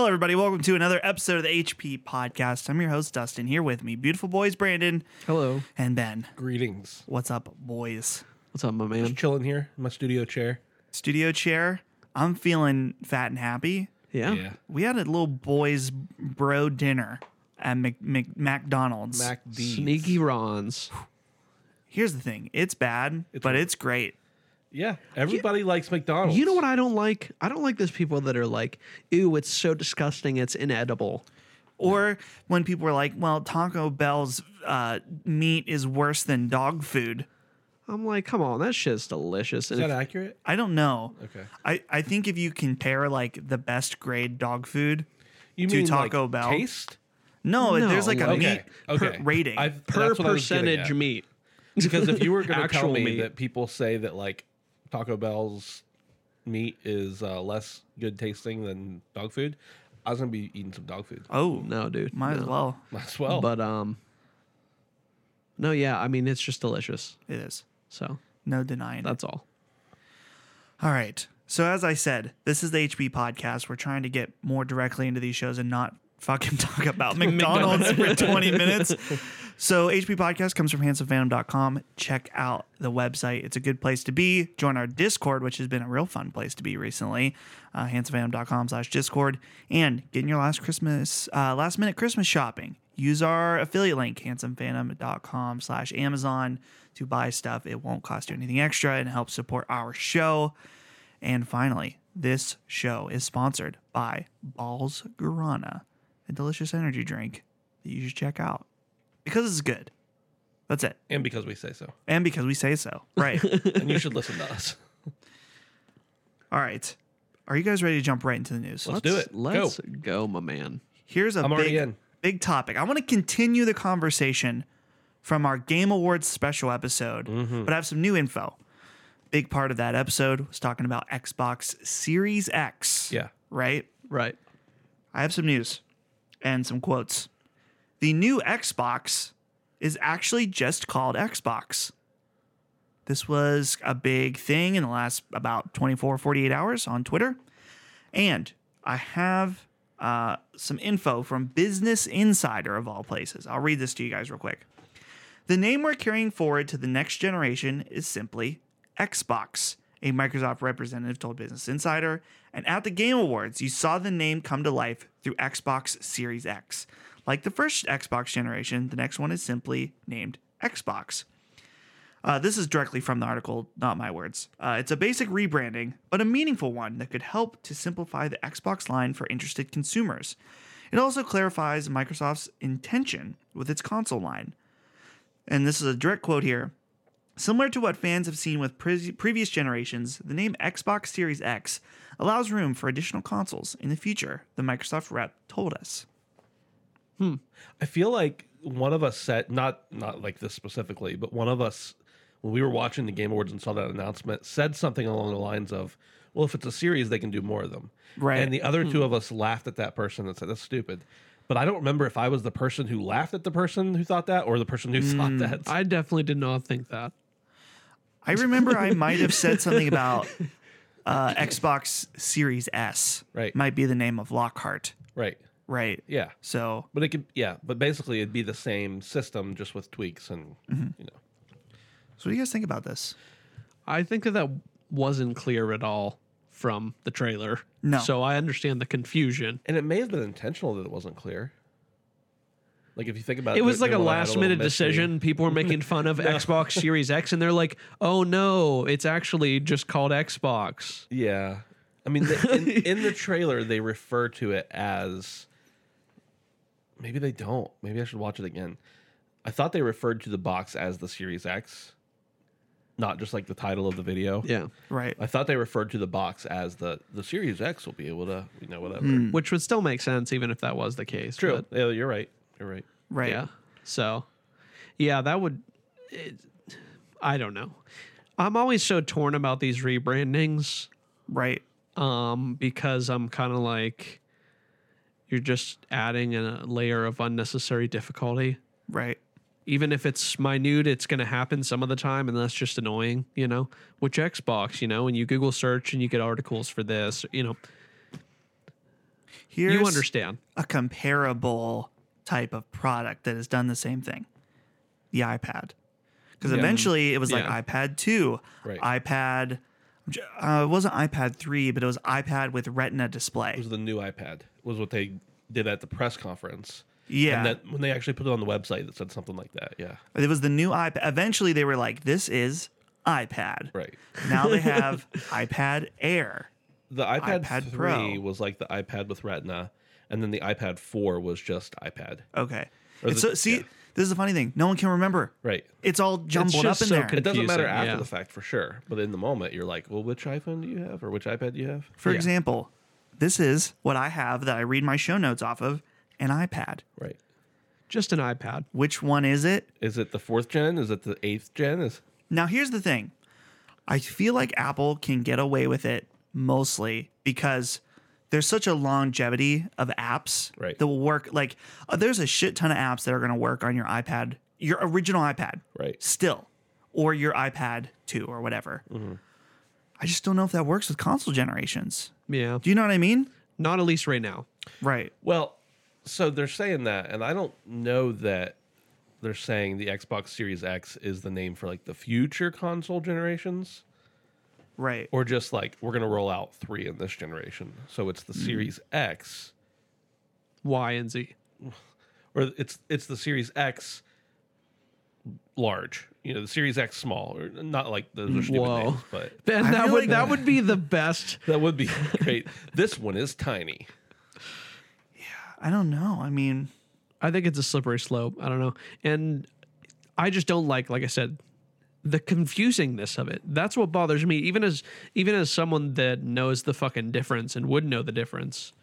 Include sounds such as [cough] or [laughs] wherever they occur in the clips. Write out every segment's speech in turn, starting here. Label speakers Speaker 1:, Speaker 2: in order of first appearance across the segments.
Speaker 1: to another episode of the HP Podcast. I'm your host, Dustin, here with me, beautiful boys, Brandon
Speaker 2: Hello.
Speaker 1: and Ben.
Speaker 3: Greetings.
Speaker 1: What's up, boys?
Speaker 2: What's up, my
Speaker 3: Just
Speaker 2: man?
Speaker 3: chilling here in my studio chair.
Speaker 1: Studio chair, I'm feeling fat and happy.
Speaker 2: Yeah.
Speaker 1: We had a little boys bro dinner at Mc, Mc, McDonald's.
Speaker 3: Mac D.
Speaker 2: Sneaky Rons.
Speaker 1: Here's the thing it's bad, but it's great.
Speaker 3: Yeah. Everybody likes McDonald's.
Speaker 2: You know what I don't like? I don't like those people that are like, "Ew, it's so disgusting, it's inedible."
Speaker 1: Or when people were like, well, Taco Bell's uh, meat is worse than dog food.
Speaker 2: I'm like, "Come on, that shit's delicious."
Speaker 3: Is
Speaker 2: And
Speaker 3: that
Speaker 2: if,
Speaker 3: accurate?
Speaker 1: I don't know.
Speaker 3: Okay.
Speaker 1: I, I think if you compare like the best grade dog food,
Speaker 3: You
Speaker 1: To
Speaker 3: mean like,
Speaker 1: Taco Bell.
Speaker 3: taste?
Speaker 1: no,
Speaker 2: No,
Speaker 1: there's like a
Speaker 2: like-
Speaker 1: meat
Speaker 3: Okay.
Speaker 1: per
Speaker 3: Okay.
Speaker 1: rating.
Speaker 3: I've-
Speaker 2: per
Speaker 3: that's what I was getting
Speaker 2: percentage
Speaker 3: at.
Speaker 2: meat.
Speaker 3: Because if you
Speaker 2: [laughs]
Speaker 3: were going to tell
Speaker 2: Actual
Speaker 3: me
Speaker 2: meat.
Speaker 3: that people say that like Taco Bell's meat is uh, less good tasting than dog food, I was going to be eating some dog food. [laughs]
Speaker 1: oh,
Speaker 2: No, dude.
Speaker 1: might as
Speaker 2: no.
Speaker 1: well.
Speaker 3: Might as well.
Speaker 2: But um No, yeah, I mean, it's just delicious.
Speaker 1: It is
Speaker 2: So,
Speaker 1: no denying. it.
Speaker 2: that's all.
Speaker 1: All right. So as I said, this is the HP podcast. We're trying to get more directly into these shows and not fucking [laughs] talk about McDonald's for 20 minutes. So HP podcast comes from handsomephantom.com. Check out the website. It's a good place to be. Join our Discord, which has been a real fun place to be recently. Uh, handsomephantom.com slash Discord. And getting your last Christmas, uh, last minute Christmas shopping. Use our affiliate link, handsomephantom.com slash Amazon to buy stuff. It won't cost you anything extra and help support our show. And finally, this show is sponsored by Balls Guarana, a delicious energy drink that you should check out because it's good. That's it.
Speaker 3: and because we say so.
Speaker 1: And because we say so.
Speaker 3: [laughs]
Speaker 1: Right.
Speaker 3: And you should listen to
Speaker 2: [laughs]
Speaker 3: us.
Speaker 1: All right. Are you guys ready to jump right into the news?
Speaker 3: Let's do it. Go.
Speaker 2: Let's go, my man.
Speaker 1: Here's a
Speaker 3: I'm already
Speaker 1: big,
Speaker 3: in.
Speaker 1: big topic. I want to continue the conversation from our Game Awards special episode,
Speaker 3: Mm-hmm.
Speaker 1: but I have some new info. Big part of that episode was talking about Xbox Series X.
Speaker 3: Yeah.
Speaker 1: Right?
Speaker 2: Right.
Speaker 1: I have some news and some quotes. The new Xbox is actually just called Xbox. This was a big thing in the last about 24, 48 hours on Twitter. And I have uh, some info from Business Insider of all places. I'll read this to you guys real quick. The name we're carrying forward to the next generation is simply Xbox, a Microsoft representative told Business Insider. And at the Game Awards, you saw the name come to life through Xbox Series X. Like the first Xbox generation, the next one is simply named Xbox. Uh, this is directly from the article, not my words. Uh, it's a basic rebranding, but a meaningful one that could help to simplify the Xbox line for interested consumers. It also clarifies Microsoft's intention with its console line and this is a direct quote here. Similar to what fans have seen with pre- previous generations, the name Xbox Series X allows room for additional consoles in the future, the Microsoft rep told us.
Speaker 3: I feel like one of us said not not like this specifically, but one of us when we were watching the Game Awards and saw that announcement said something along the lines of, "Well, if it's a series, they can do more of them."
Speaker 1: Right.
Speaker 3: And the other
Speaker 2: Hmm.
Speaker 3: two of us laughed at that person and said, "That's stupid." But I don't remember if I was the person who laughed at the person who thought that or the person who thought that.
Speaker 2: Hmm. I definitely did not think that.
Speaker 1: I remember I might have said something about uh, Xbox Series S.
Speaker 3: Right.
Speaker 1: Might be the name of Lockhart.
Speaker 3: right.
Speaker 1: Right.
Speaker 3: Yeah.
Speaker 1: So
Speaker 3: But it could yeah, but basically it'd be the same system just with tweaks and
Speaker 2: Mm-hmm.
Speaker 3: you know.
Speaker 1: so what do you guys think about this?
Speaker 2: I think that that wasn't clear at all from the trailer.
Speaker 1: No.
Speaker 2: So I understand the confusion.
Speaker 3: And it may have been intentional that it wasn't clear. Like if you think about
Speaker 2: It
Speaker 3: it,
Speaker 2: was
Speaker 3: they-
Speaker 2: like
Speaker 3: they
Speaker 2: a
Speaker 3: wanna add
Speaker 2: last
Speaker 3: little
Speaker 2: minute
Speaker 3: mystery.
Speaker 2: decision. People were making fun of Xbox Series X, and they're like, "Oh no, it's actually just called Xbox."
Speaker 3: Yeah. I mean,
Speaker 2: [laughs]
Speaker 3: the, in, in the trailer, they refer to it as. Maybe they don't. Maybe I should watch it again. I thought they referred to the box as the Series X, not just like the title of the video.
Speaker 2: Yeah,
Speaker 1: Right.
Speaker 3: I thought they referred to the box as the the Series X will be able to, you know, whatever.
Speaker 2: which would still make sense even if that was the case.
Speaker 3: True.
Speaker 2: Hmm. but-
Speaker 3: Yeah, you're right. You're right.
Speaker 1: Right.
Speaker 2: yeah. So, yeah, that would. It, I don't know. I'm always so torn about these rebrandings.
Speaker 1: Right.
Speaker 2: um, because I'm kind of like, you're just adding a layer of unnecessary difficulty.
Speaker 1: Right.
Speaker 2: Even if it's minute, it's going to happen some of the time, and that's just annoying, you know. Which Xbox, you know, and you Google search and you get articles for this, you know.
Speaker 1: Here's
Speaker 2: you understand.
Speaker 1: a comparable type of product that has done the same thing the iPad. Because
Speaker 3: Yeah.
Speaker 1: eventually it was
Speaker 2: Yeah.
Speaker 1: like iPad 2,
Speaker 3: Right.
Speaker 1: iPad, uh, it wasn't iPad 3, but it was iPad with Retina
Speaker 3: It
Speaker 1: display.
Speaker 3: was the new iPad. Was what they did at the press conference.
Speaker 1: Yeah.
Speaker 3: And that when they actually put it on the website, it said something like that. Yeah.
Speaker 1: it was the new iPad. Eventually they were like, this is iPad.
Speaker 3: Right.
Speaker 1: Now
Speaker 3: [laughs]
Speaker 1: they have iPad Air.
Speaker 3: The iPad,
Speaker 1: iPad
Speaker 3: 3
Speaker 1: Pro.
Speaker 3: was like the iPad with Retina, and then the iPad 4 was just iPad.
Speaker 1: Okay.
Speaker 3: Or
Speaker 1: It's
Speaker 3: the-
Speaker 1: so, see,
Speaker 3: yeah.
Speaker 1: this is the funny thing. No one can remember.
Speaker 3: Right.
Speaker 1: It's all jumbled
Speaker 2: just
Speaker 1: up in
Speaker 2: so
Speaker 1: there.
Speaker 2: con-
Speaker 3: It doesn't matter
Speaker 2: Confusing,
Speaker 3: after
Speaker 2: yeah.
Speaker 3: the fact for sure, but in the moment you're like, well, which iPhone do you have or which iPad do you have?
Speaker 1: For
Speaker 2: Yeah.
Speaker 1: example, this is what I have that I read my show notes off of an iPad.
Speaker 3: Right.
Speaker 2: Just an iPad.
Speaker 1: Which one is it?
Speaker 3: Is it the fourth gen? Is it the eighth gen? Is
Speaker 1: Now, here's the thing I feel like Apple can get away with it mostly because there's such a longevity of apps
Speaker 3: Right.
Speaker 1: that will work. Like, uh, there's a shit ton of apps that are going to work on your iPad, your original iPad,
Speaker 3: right.
Speaker 1: still, or your iPad 2 or whatever.
Speaker 3: Mm-hmm.
Speaker 1: I just don't know if that works with console generations.
Speaker 2: Yeah.
Speaker 1: Do you know what I mean?
Speaker 2: Not at least right now.
Speaker 1: Right.
Speaker 3: Well, so they're saying that, and I don't know that they're saying the Xbox Series X is the name for like the future console generations,
Speaker 1: Right.
Speaker 3: or just like we're gonna roll out three in this generation. So it's the
Speaker 1: Hmm.
Speaker 3: Series X,
Speaker 2: Y and Z.
Speaker 3: or it's it's the Series X large. You know, the Series X small, or not like those are stupid
Speaker 2: Whoa.
Speaker 3: names, but
Speaker 2: Ben,
Speaker 1: I
Speaker 2: that
Speaker 1: feel
Speaker 2: would
Speaker 1: like-
Speaker 2: that would be the best.
Speaker 3: that
Speaker 1: [laughs]
Speaker 3: would be great. This one is tiny.
Speaker 1: I don't know. I mean,
Speaker 2: I think it's a slippery slope. I don't know. And I just don't like, like I said, the confusingness of it. That's what bothers me. Even as even as someone that knows the fucking difference and would know the difference.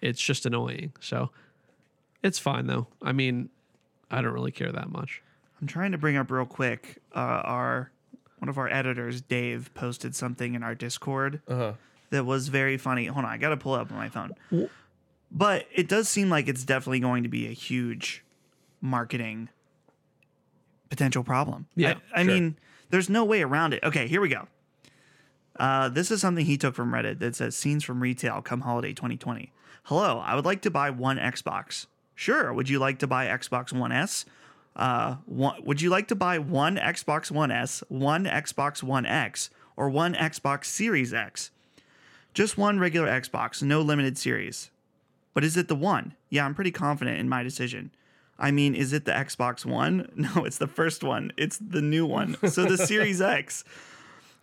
Speaker 2: It's just annoying. So it's fine though. I mean, I don't really care that much.
Speaker 1: I'm trying to bring up real quick. Uh, our one of our editors, Dave, posted something in our Discord
Speaker 3: Uh-huh.
Speaker 1: that was very funny. Hold on, I gotta pull it up on my phone. But it does seem like it's definitely going to be a huge marketing potential problem.
Speaker 2: Yeah,
Speaker 1: I, I
Speaker 3: sure.
Speaker 1: mean, there's no way around it. Okay, here we go. Uh, this is something he took from Reddit that says scenes from retail come holiday 2020. Hello, I would like to buy one Xbox. Sure, would you like to buy Xbox One S? Uh, one, would you like to buy one Xbox One S, one Xbox One X, or one Xbox Series X? Just one regular Xbox, no limited series. But is it the one? Yeah, I'm pretty confident in my decision. I mean, is it the Xbox One? [laughs] No, it's the first one. It's the new one. So the Series X.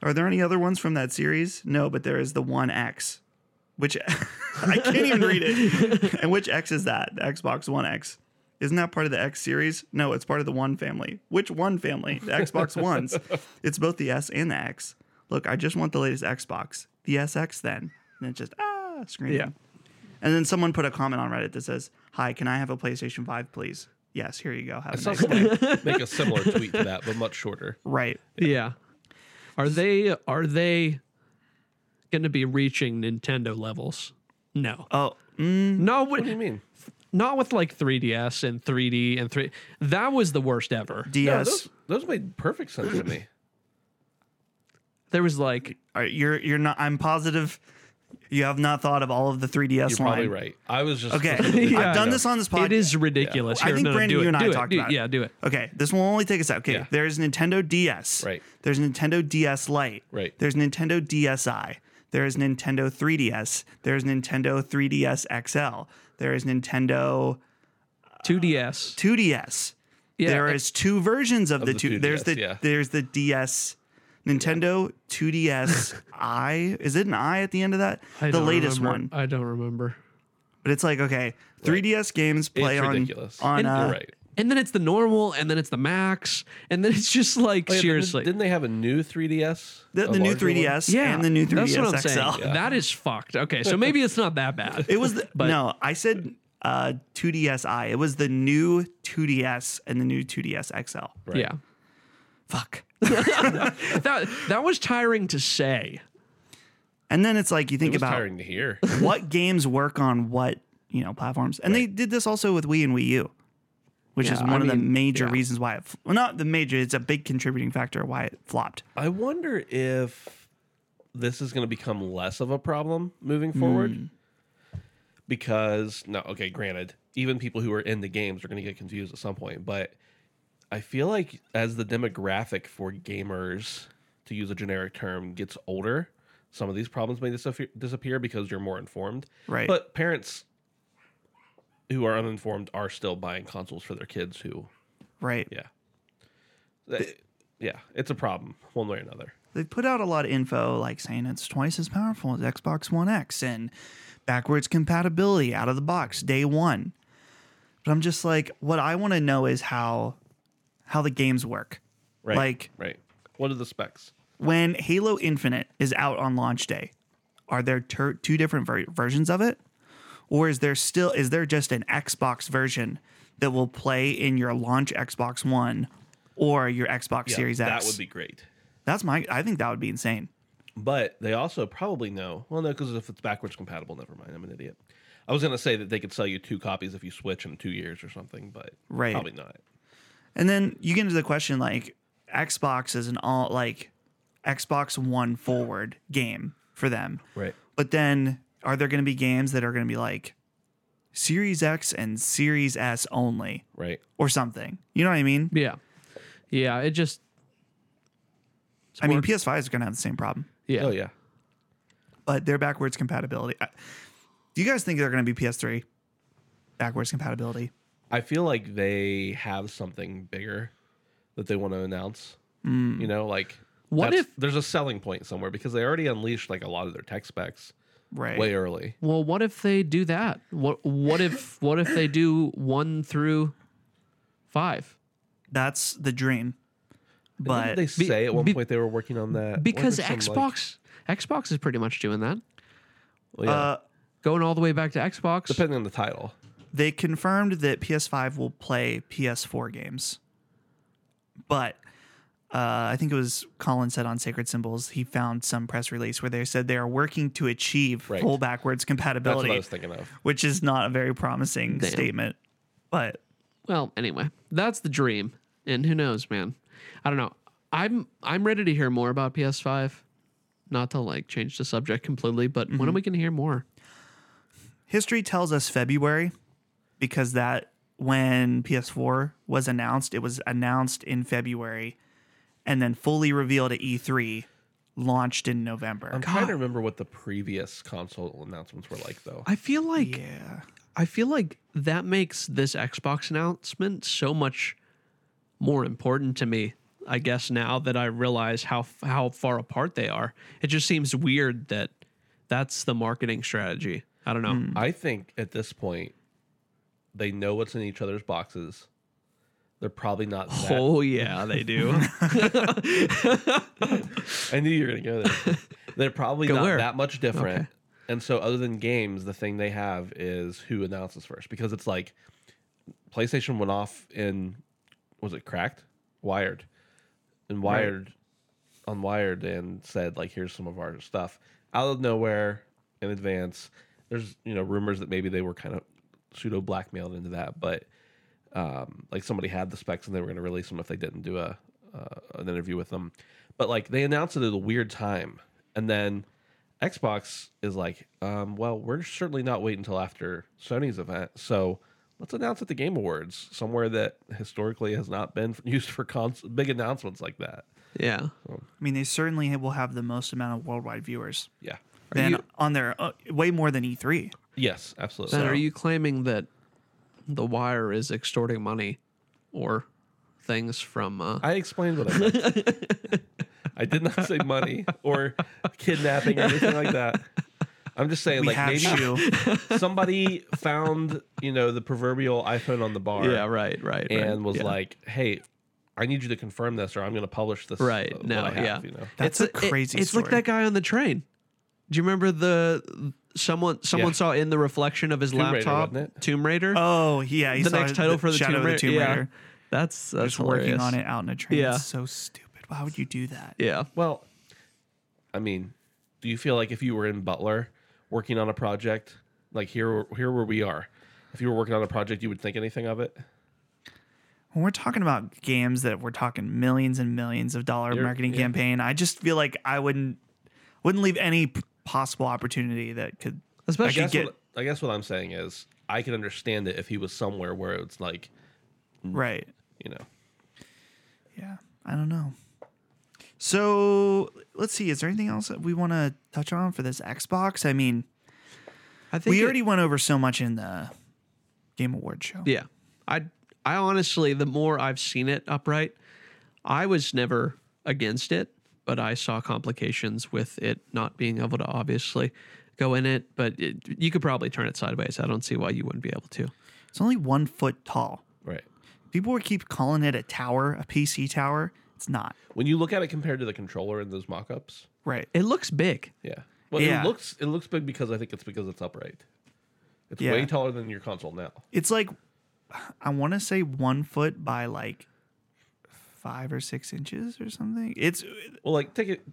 Speaker 1: Are there any other ones from that series? No, but there is the One X, which [laughs] I can't even read it. And which X is that? The Xbox One X. Isn't that part of the X series? No, it's part of the One family. Which One family? The
Speaker 2: [laughs]
Speaker 1: Xbox Ones. It's both the S and the X. Look, I just want the latest Xbox. The SX then. And it's just, ah, screaming.
Speaker 2: Yeah.
Speaker 1: And then someone put a comment on Reddit that says, "Hi, can I have a PlayStation 5, please?" Yes, here you go. Have
Speaker 3: I
Speaker 1: a
Speaker 3: saw
Speaker 1: nice
Speaker 3: somebody make a similar tweet to that, but much shorter.
Speaker 1: right.
Speaker 2: Yeah. Are they are they going to be reaching Nintendo levels? No.
Speaker 1: Oh, mm,
Speaker 2: No,
Speaker 3: What do you mean?
Speaker 2: not with like 3DS and 3D and 3 that was the worst ever.
Speaker 1: DS.
Speaker 3: No, those, those made perfect sense to me.
Speaker 2: There was like
Speaker 1: All right, you're you're not. I'm positive you have not thought of all of the 3ds
Speaker 3: You're
Speaker 1: line.
Speaker 3: probably right. I was just [laughs]
Speaker 1: Okay,
Speaker 2: Yeah,
Speaker 1: I've
Speaker 2: I
Speaker 1: done
Speaker 3: know.
Speaker 1: this on this podcast.
Speaker 2: it is ridiculous.
Speaker 1: I
Speaker 2: Here,
Speaker 1: think
Speaker 2: no, no,
Speaker 1: Brandon,
Speaker 2: do it,
Speaker 1: you and I
Speaker 2: do it,
Speaker 1: talked
Speaker 2: do-
Speaker 1: about it.
Speaker 2: Yeah, do it.
Speaker 1: Okay, this will only take us out. Okay,
Speaker 3: Yeah.
Speaker 1: there's Nintendo DS.
Speaker 3: Right.
Speaker 1: There's Nintendo DS Lite.
Speaker 3: Right.
Speaker 1: There's Nintendo DSi. There is Nintendo 3DS. There's Nintendo 3DS XL. There is Nintendo
Speaker 2: 2DS.
Speaker 1: 2DS.
Speaker 2: Yeah,
Speaker 1: there
Speaker 2: it-
Speaker 1: is two versions of, the,
Speaker 3: the
Speaker 1: two.
Speaker 3: 2DS,
Speaker 1: there's the
Speaker 3: yeah.
Speaker 1: there's the DS, Nintendo 2DS I. Is it an I at the end of that?
Speaker 2: [laughs] I
Speaker 1: the
Speaker 2: don't
Speaker 1: latest
Speaker 2: remember.
Speaker 1: one.
Speaker 2: I don't remember.
Speaker 1: But it's like okay, 3DS games play on
Speaker 3: ridiculous.
Speaker 1: on
Speaker 3: And-
Speaker 1: uh,
Speaker 3: You're right.
Speaker 2: And then it's the normal and then it's the max and then it's just like
Speaker 3: Oh, yeah, didn't-
Speaker 2: seriously.
Speaker 3: didn't they have a new 3DS?
Speaker 1: the,
Speaker 3: A
Speaker 1: the new
Speaker 3: larger one?
Speaker 1: 3DS
Speaker 2: yeah,
Speaker 1: and the new 3DS
Speaker 2: that's what I'm
Speaker 1: XL.
Speaker 2: saying. That is fucked. Okay, so maybe it's not that bad.
Speaker 1: [laughs] It was the,
Speaker 2: [laughs] But-
Speaker 1: no, I said uh, 2DSi. It was the new 2DS and the new 2DS XL.
Speaker 3: Right.
Speaker 2: Yeah.
Speaker 1: Fuck.
Speaker 2: That that was tiring to say.
Speaker 1: And then it's like you
Speaker 3: It
Speaker 1: think
Speaker 3: was
Speaker 1: about
Speaker 3: tiring [laughs] to hear.
Speaker 1: what games work on what you know platforms, and they did this also with Wii and Wii U, which is
Speaker 2: Yeah,
Speaker 1: one
Speaker 2: I
Speaker 1: of the
Speaker 2: mean,
Speaker 1: major
Speaker 2: yeah.
Speaker 1: reasons why it. fl- Well, not the major. It's a big contributing factor why it flopped.
Speaker 3: I wonder if this is going to become less of a problem moving forward. because no, okay, granted, even people who are in the games are going to get confused at some point, but I feel like as the demographic for gamers, to use a generic term, gets older, some of these problems may disappear, disappear because you're more informed.
Speaker 1: Right.
Speaker 3: But parents who are uninformed are still buying consoles for their kids who
Speaker 1: right.
Speaker 3: yeah. Th- yeah, it's a problem one way or another.
Speaker 1: They put out a lot of info like saying it's twice as powerful as Xbox One X and backwards compatibility out of the box day 1. But I'm just like what I want to know is how how the games work.
Speaker 3: Right.
Speaker 1: Like-
Speaker 3: right. What are the specs?
Speaker 1: When Halo Infinite is out on launch day, are there ter- two different ver- versions of it? Or is there still is there just an Xbox version that will play in your launch Xbox One or your Xbox
Speaker 3: Yeah,
Speaker 1: Series X?
Speaker 3: That would be great.
Speaker 1: That's my I think that would be insane.
Speaker 3: But they also probably know. Well, no, because if it's backwards compatible, never mind. I'm an idiot. I was gonna say that they could sell you two copies if you switch in two years or something, but
Speaker 1: Right.
Speaker 3: probably not.
Speaker 1: And then you get into the question like Xbox is an all like Xbox One forward game for them.
Speaker 3: Right.
Speaker 1: But then are there going to be games that are going to be like Series X and Series S only
Speaker 3: Right.
Speaker 1: or something? You know what I mean?
Speaker 2: Yeah. Yeah. It just. It's
Speaker 1: I mean,
Speaker 2: more-
Speaker 1: PS5 is going to have the same problem,
Speaker 2: yeah.
Speaker 3: Oh yeah.
Speaker 1: but their backwards compatibility. I- Do you guys think they're going to be PS3 backwards compatibility?
Speaker 3: I feel like they have something bigger that they want to announce. You know, like
Speaker 2: What
Speaker 3: that's-
Speaker 2: if-
Speaker 3: there's a selling point somewhere because they already unleashed like a lot of their tech specs
Speaker 1: Right.
Speaker 3: way early.
Speaker 2: Well, what if they do that? What What if What if they do one through five?
Speaker 1: That's the dream.
Speaker 3: Didn't
Speaker 1: But
Speaker 3: they
Speaker 2: Be-
Speaker 3: say at one
Speaker 2: be-
Speaker 3: point they were working on that
Speaker 2: Because
Speaker 3: What were some, like-
Speaker 2: Xbox Xbox is pretty much doing that.
Speaker 3: Well, yeah,
Speaker 1: uh,
Speaker 2: Going all the way back to Xbox.
Speaker 3: depending on the title.
Speaker 1: they confirmed that PS5 will play PS4 games. But uh, I think it was Colin said on Sacred Symbols, he found some press release where they said they are working to achieve
Speaker 3: Right.
Speaker 1: full backwards
Speaker 3: That's what I
Speaker 1: compatibility,
Speaker 3: was thinking of.
Speaker 1: which is not a very promising
Speaker 2: Damn.
Speaker 1: statement. But
Speaker 2: well, anyway, that's the dream. And who knows, man? I don't know. I'm I'm ready to hear more about PS5. Not to like change the subject completely, but
Speaker 3: Mm-hmm.
Speaker 2: when are we gonna hear more?
Speaker 1: history tells us February because that when PS4 was announced, it was announced in February and then fully revealed at E3, launched in November.
Speaker 3: I'm trying to remember what the previous console announcements were like, though.
Speaker 2: I feel like
Speaker 1: yeah.
Speaker 2: I feel like that makes this Xbox announcement so much more important to me. I guess now that I realize how how far apart they are, it just seems weird that that's the marketing strategy. I don't know.
Speaker 3: I think at this point, they know what's in each other's boxes. They're probably not.
Speaker 2: [laughs]
Speaker 3: That.
Speaker 2: Oh yeah, they do. [laughs]
Speaker 3: [laughs] I knew you were gonna go there.
Speaker 2: [laughs]
Speaker 3: They're probably
Speaker 2: Go
Speaker 3: not
Speaker 2: where?
Speaker 3: that much different.
Speaker 2: Okay.
Speaker 3: And so, other than games, the thing they have is who announces first because it's like PlayStation went off in was it cracked, wired, and wired, on wired, and said like, "Here's some of our stuff." Out of nowhere, in advance, there's you know rumors that maybe they were kind of pseudo blackmailed into that, but um, like somebody had the specs and they were going to release them if they didn't do a uh, an interview with them. But like they announced it at a weird time, and then Xbox is like, um, well, we're certainly not waiting until after Sony's event, so let's announce at the Game Awards somewhere that historically has not been [laughs] used for cons- big announcements like that.
Speaker 2: yeah.
Speaker 1: I mean, they certainly will have the most amount of worldwide viewers
Speaker 3: Yeah.
Speaker 1: than
Speaker 2: you-
Speaker 1: on their uh, way more than E3.
Speaker 3: Yes, absolutely.
Speaker 2: Then are you claiming that the wire is extorting money or things from uh,
Speaker 3: I explained what I meant.
Speaker 1: [laughs]
Speaker 3: I did not say money or kidnapping or anything like that. I'm just saying,
Speaker 1: We
Speaker 3: like
Speaker 1: have
Speaker 3: maybe
Speaker 2: [laughs]
Speaker 1: you.
Speaker 3: somebody found you know the proverbial iPhone on the bar,
Speaker 2: Yeah, right, right.
Speaker 3: and
Speaker 2: right,
Speaker 3: was
Speaker 2: yeah.
Speaker 3: like, "Hey, I need you to confirm this, or I'm going to publish this." uh,
Speaker 2: Right,
Speaker 3: what
Speaker 2: no,
Speaker 3: I have,
Speaker 2: yeah.
Speaker 3: you know,
Speaker 1: That's a
Speaker 2: it-
Speaker 1: crazy
Speaker 2: It's like
Speaker 1: story.
Speaker 2: that guy on the train. Do you remember the someone someone
Speaker 3: Yeah.
Speaker 2: saw in the reflection of his
Speaker 3: Tomb Raider,
Speaker 2: laptop
Speaker 3: wasn't it?
Speaker 2: Tomb Raider?
Speaker 1: Oh yeah, he
Speaker 2: the
Speaker 1: saw
Speaker 2: next title for the
Speaker 1: Shadow
Speaker 2: Tomb,
Speaker 1: of the Tomb
Speaker 2: Raider.
Speaker 1: Raider.
Speaker 2: Yeah. That's that's
Speaker 1: Just working
Speaker 2: hilarious.
Speaker 1: on it out in a train.
Speaker 2: Yeah.
Speaker 1: It's so stupid. Why would you do that?
Speaker 2: Yeah.
Speaker 3: well, I mean, do you feel like if you were in Butler working on a project, like here, here where we are, if you were working on a project, you would think anything of it?
Speaker 1: When we're talking about games that we're talking millions and millions of dollar
Speaker 3: You're-
Speaker 1: marketing
Speaker 3: yeah.
Speaker 1: campaign, I just feel like I wouldn't wouldn't leave any p- possible opportunity that could
Speaker 2: Especially
Speaker 1: I could
Speaker 3: That's
Speaker 1: get
Speaker 3: what- I guess what I'm saying is I can understand it if he was somewhere where it's like,
Speaker 1: Right.
Speaker 3: you know,
Speaker 1: Yeah. I don't know. So let's see. Is there anything else that we want to touch on for this Xbox? I mean,
Speaker 2: I think
Speaker 1: we
Speaker 2: it-
Speaker 1: already went over so much in the Game Award show.
Speaker 2: Yeah. I I honestly the more I've seen it upright, I was never against it, but I saw complications with it not being able to obviously go in it, but it, you could probably turn it sideways. I don't see why you wouldn't be able to.
Speaker 1: It's only one foot tall.
Speaker 3: right.
Speaker 1: People would keep calling it a tower, a PC tower. It's not.
Speaker 3: When you look at it compared to the controller in those mock-ups,
Speaker 1: Right.
Speaker 2: It looks big.
Speaker 3: yeah. Well,
Speaker 1: Yeah.
Speaker 3: it looks it looks big because I think it's because it's upright. It's
Speaker 1: Yeah.
Speaker 3: way taller than your console now.
Speaker 1: It's like I want to say one foot by like five or six inches or something. It's
Speaker 3: Well, like take it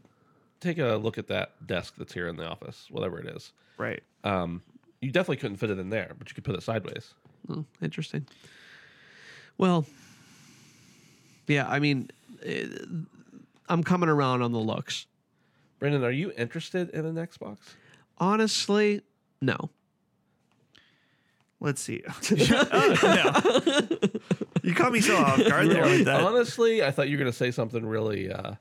Speaker 3: take a look at that desk that's here in the office, whatever it is.
Speaker 1: right.
Speaker 3: Um, you definitely couldn't fit it in there, but you could put it sideways.
Speaker 2: Oh, interesting. Well, yeah, I mean, eh, I'm coming around on the looks.
Speaker 3: Brandon, are you interested in an Xbox?
Speaker 2: Honestly, no.
Speaker 1: Let's see. [laughs] Oh, no. You caught me so off guard there with that.
Speaker 3: Honestly, I thought you were going to say something really, uh,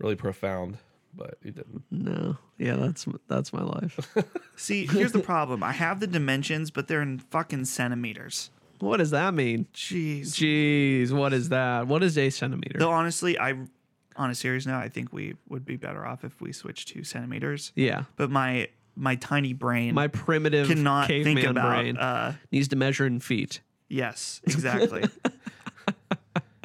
Speaker 3: really profound, but you didn't.
Speaker 2: No. Yeah, that's that's my life. [laughs]
Speaker 1: See, here's the problem. I have the dimensions, but they're in fucking centimeters.
Speaker 2: what does that mean?
Speaker 1: Jeez.
Speaker 2: Jeez, what is that? What is a centimeter?
Speaker 1: Though honestly, I on a serious note, I think we would be better off if we switched to centimeters.
Speaker 2: yeah,
Speaker 1: But my my tiny brain
Speaker 2: my primitive
Speaker 1: cannot
Speaker 2: caveman
Speaker 1: think about
Speaker 2: brain
Speaker 1: uh
Speaker 2: needs to measure in feet.
Speaker 1: yes, exactly.
Speaker 2: [laughs]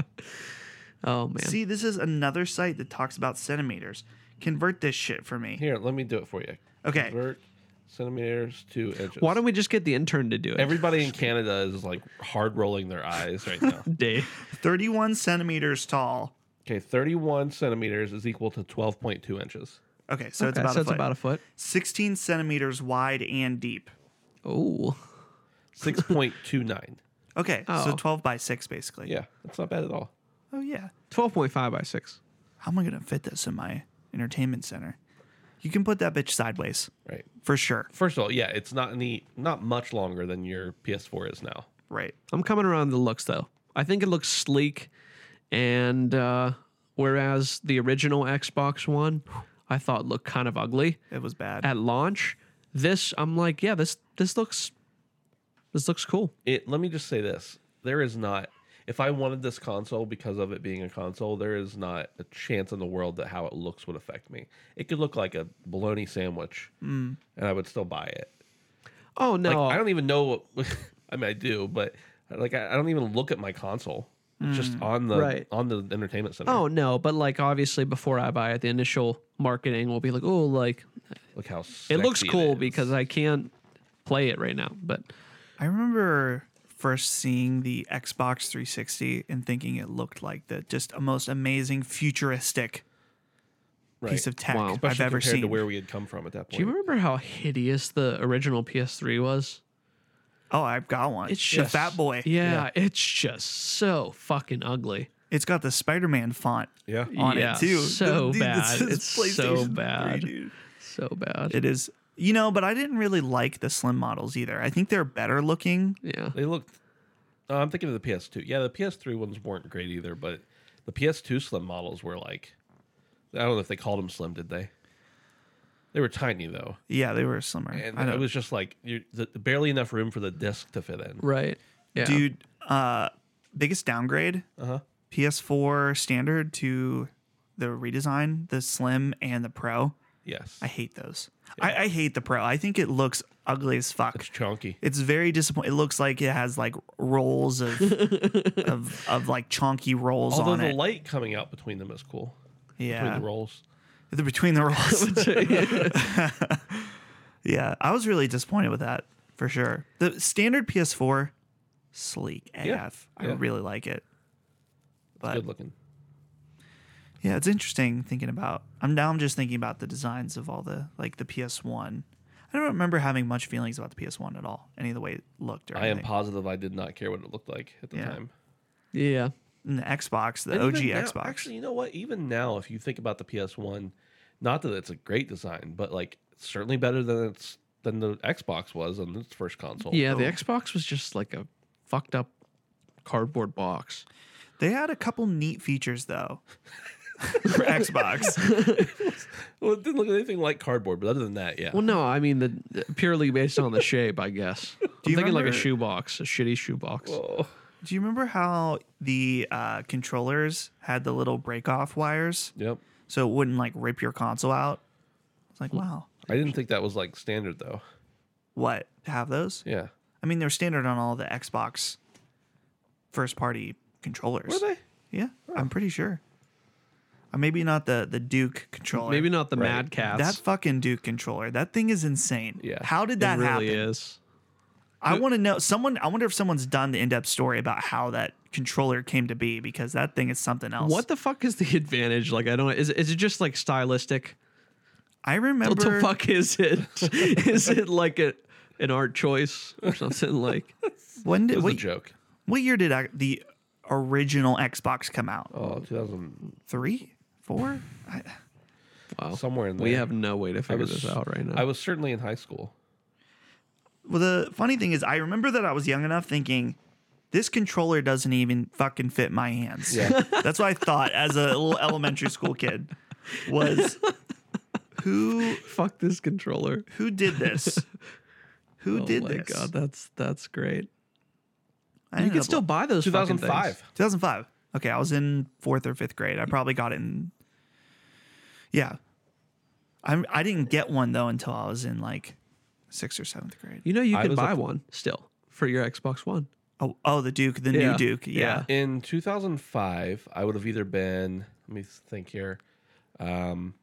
Speaker 2: Oh man,
Speaker 1: See, this is another site that talks about centimeters. Convert this shit for me.
Speaker 3: Here, let me do it for you.
Speaker 1: Okay.
Speaker 3: Convert centimeters to inches.
Speaker 2: why don't we just get the intern to do it?
Speaker 3: Everybody in Canada is like hard rolling their eyes right now.
Speaker 2: day.
Speaker 1: 31 centimeters tall.
Speaker 3: okay, 31 centimeters is equal to 12.2 inches.
Speaker 1: Okay, so it's
Speaker 2: Okay,
Speaker 1: about
Speaker 2: so
Speaker 1: a
Speaker 2: it's
Speaker 1: foot.
Speaker 2: about a foot.
Speaker 1: 16 centimeters wide and deep.
Speaker 2: Oh,
Speaker 3: 6.29.
Speaker 1: Okay,
Speaker 2: Oh.
Speaker 1: so 12 by 6 basically.
Speaker 3: [laughs] yeah, that's not bad at all.
Speaker 1: Oh yeah.
Speaker 2: 12.5 by six.
Speaker 1: How am I going to fit this in my entertainment center? You can put that bitch sideways
Speaker 3: Right.
Speaker 1: for sure.
Speaker 3: First of all, yeah, it's not any not much longer than your PS4 is now.
Speaker 1: Right.
Speaker 2: I'm coming around the looks though. I think it looks sleek, and uh, whereas the original Xbox One, I thought looked kind of ugly
Speaker 1: It was bad.
Speaker 2: at launch. This, I'm like, yeah, this this looks this looks cool.
Speaker 3: It let me just say this. There is not if I wanted this console because of it being a console, there is not a chance in the world that how it looks would affect me. It could look like a bologna sandwich and I would still buy it.
Speaker 2: Oh no,
Speaker 3: Like I don't even know what [laughs] I mean I do, but like I, I don't even look at my console. It's just on the
Speaker 2: Hmm. Right.
Speaker 3: on the entertainment center.
Speaker 2: Oh no, but like obviously before I buy it, the initial marketing will be like, oh, like
Speaker 3: Look how
Speaker 2: it looks
Speaker 3: sexy
Speaker 2: cool
Speaker 3: is.
Speaker 2: because I can't play it right now. But
Speaker 1: I remember first seeing the Xbox 360 and thinking it looked like the just a most amazing futuristic
Speaker 3: Right.
Speaker 1: piece of tech
Speaker 2: Wow.
Speaker 1: I've
Speaker 3: Especially
Speaker 1: ever
Speaker 3: compared
Speaker 1: seen.
Speaker 3: to where we had come from at that point.
Speaker 2: do you remember how hideous the original PS3 was?
Speaker 1: Oh, I've got one.
Speaker 2: It's
Speaker 1: the
Speaker 2: just
Speaker 1: Fat Boy.
Speaker 2: Yeah, it's just so fucking ugly.
Speaker 1: It's got the Spider-Man font
Speaker 3: yeah.
Speaker 1: on
Speaker 2: Yeah,
Speaker 1: it too. [laughs]
Speaker 2: so
Speaker 1: Dude, this [laughs]
Speaker 2: bad.
Speaker 1: is
Speaker 2: It's so
Speaker 1: PlayStation 3,
Speaker 2: bad.
Speaker 1: dude.
Speaker 2: So bad.
Speaker 1: It is. You know, but I didn't really like the slim models either. I think they're better looking.
Speaker 2: yeah.
Speaker 3: They looked. Oh, I'm thinking of the PS2. Yeah, the PS3 ones weren't great either, but the PS2 slim models were like, I don't know if they called them slim, did they? They were tiny though,
Speaker 1: Yeah, they were slimmer.
Speaker 3: and
Speaker 1: I
Speaker 3: it
Speaker 1: don't,
Speaker 3: was just like you, the, barely enough room for the disc to fit in.
Speaker 2: Right. Yeah.
Speaker 1: dude. Uh, biggest downgrade:
Speaker 3: Uh huh.
Speaker 1: PS4 standard to the redesign, the slim and the pro.
Speaker 3: Yes,
Speaker 1: I hate those. I, I hate the pro. I think it looks ugly as fuck.
Speaker 3: it's chunky.
Speaker 1: It's very disappointing. It looks like it has like rolls
Speaker 3: [laughs]
Speaker 1: of of, of like chonky rolls
Speaker 3: Although
Speaker 1: on
Speaker 3: the
Speaker 1: it.
Speaker 3: light coming out between them is cool.
Speaker 1: yeah,
Speaker 3: Between the rolls.
Speaker 1: The between the rolls.
Speaker 3: [laughs]
Speaker 2: yeah.
Speaker 1: [laughs] yeah, I was really disappointed with that for sure. The standard PS4, sleek AF.
Speaker 3: Yeah,
Speaker 1: I
Speaker 3: yeah.
Speaker 1: really like it. But
Speaker 3: Good looking.
Speaker 1: yeah, it's interesting thinking about. I'm now. I'm just thinking about the designs of all the like the PS1. I don't remember having much feelings about the PS1 at all, any of the way it looked or
Speaker 3: I am
Speaker 1: anything.
Speaker 3: positive I did not care what it looked like at the
Speaker 1: Yeah.
Speaker 3: time.
Speaker 2: yeah.
Speaker 1: And the Xbox, the
Speaker 3: And
Speaker 1: OG
Speaker 3: even now-
Speaker 1: Xbox.
Speaker 3: Actually, you know what? Even now, if you think about the PS One, not that it's a great design, but like certainly better than its than the Xbox was on its first console.
Speaker 2: Yeah,
Speaker 1: Oh.
Speaker 2: the Xbox was just like a fucked up cardboard box.
Speaker 1: They had a couple neat features
Speaker 3: [laughs]
Speaker 1: though [laughs] for Xbox.
Speaker 3: Well, it didn't look anything like cardboard, but other than that, yeah.
Speaker 2: Well, no, I mean the purely based
Speaker 1: [laughs]
Speaker 2: on the shape, I guess. I'm
Speaker 1: you
Speaker 2: thinking like
Speaker 1: remember-
Speaker 2: a shoebox, a shitty shoebox.
Speaker 3: Whoa.
Speaker 1: Do you remember how the uh, controllers had the little break off wires
Speaker 3: Yep.
Speaker 1: so it wouldn't like rip your console out? It's like, wow.
Speaker 3: I didn't think that was like standard though.
Speaker 1: What? To have those?
Speaker 3: Yeah.
Speaker 1: I mean, they're standard on all the Xbox first party controllers.
Speaker 3: Were they?
Speaker 1: Yeah, I'm pretty sure. Uh, maybe not the the Duke controller.
Speaker 2: Maybe not the
Speaker 3: Right.
Speaker 2: Mad Cats.
Speaker 1: that fucking Duke controller. That thing is insane.
Speaker 3: Yeah.
Speaker 1: How did
Speaker 2: It
Speaker 1: that
Speaker 2: really
Speaker 1: happen?
Speaker 2: is.
Speaker 1: I want to know. Someone. I wonder if someone's done the in-depth story about how that controller came to be because that thing is something else.
Speaker 2: What the fuck is the [laughs] advantage? Like, I don't. Is is it just like stylistic?
Speaker 1: I remember.
Speaker 2: What the fuck is it? [laughs] is it like a an art choice or something like?
Speaker 1: When
Speaker 3: It
Speaker 1: did
Speaker 3: was
Speaker 1: what,
Speaker 3: a joke.
Speaker 1: what year did I, the original Xbox come out?
Speaker 3: Oh, 2000
Speaker 1: Three, four. I,
Speaker 2: Wow.
Speaker 3: somewhere in there.
Speaker 2: Oh. We have no way to figure
Speaker 3: was-
Speaker 2: this out right now.
Speaker 3: I was certainly in high school.
Speaker 1: well, the funny thing is, I remember that I was young enough thinking. This controller doesn't even fucking fit my hands. [laughs]
Speaker 3: Yeah.
Speaker 1: That's what I thought as a
Speaker 2: [laughs]
Speaker 1: little elementary school kid. Was who
Speaker 2: fuck this controller.
Speaker 1: who did
Speaker 2: [laughs]
Speaker 1: this? Who
Speaker 2: oh
Speaker 1: did
Speaker 2: my
Speaker 1: this?
Speaker 2: god, that's that's great.
Speaker 1: I
Speaker 2: You
Speaker 1: ended
Speaker 2: can
Speaker 1: up-
Speaker 2: still buy those. fucking things.
Speaker 3: 2005.
Speaker 1: 2005. Okay, I was in fourth or fifth grade. I probably got it in. Yeah, I I didn't get one though until I was in like sixth or seventh grade.
Speaker 2: You know you
Speaker 3: I
Speaker 2: could
Speaker 3: was a-
Speaker 2: buy one still for your Xbox One.
Speaker 1: Oh, oh, the Duke, the
Speaker 2: Yeah,
Speaker 1: new Duke. Yeah.
Speaker 3: In 2005, I would have either been, let me think here, um,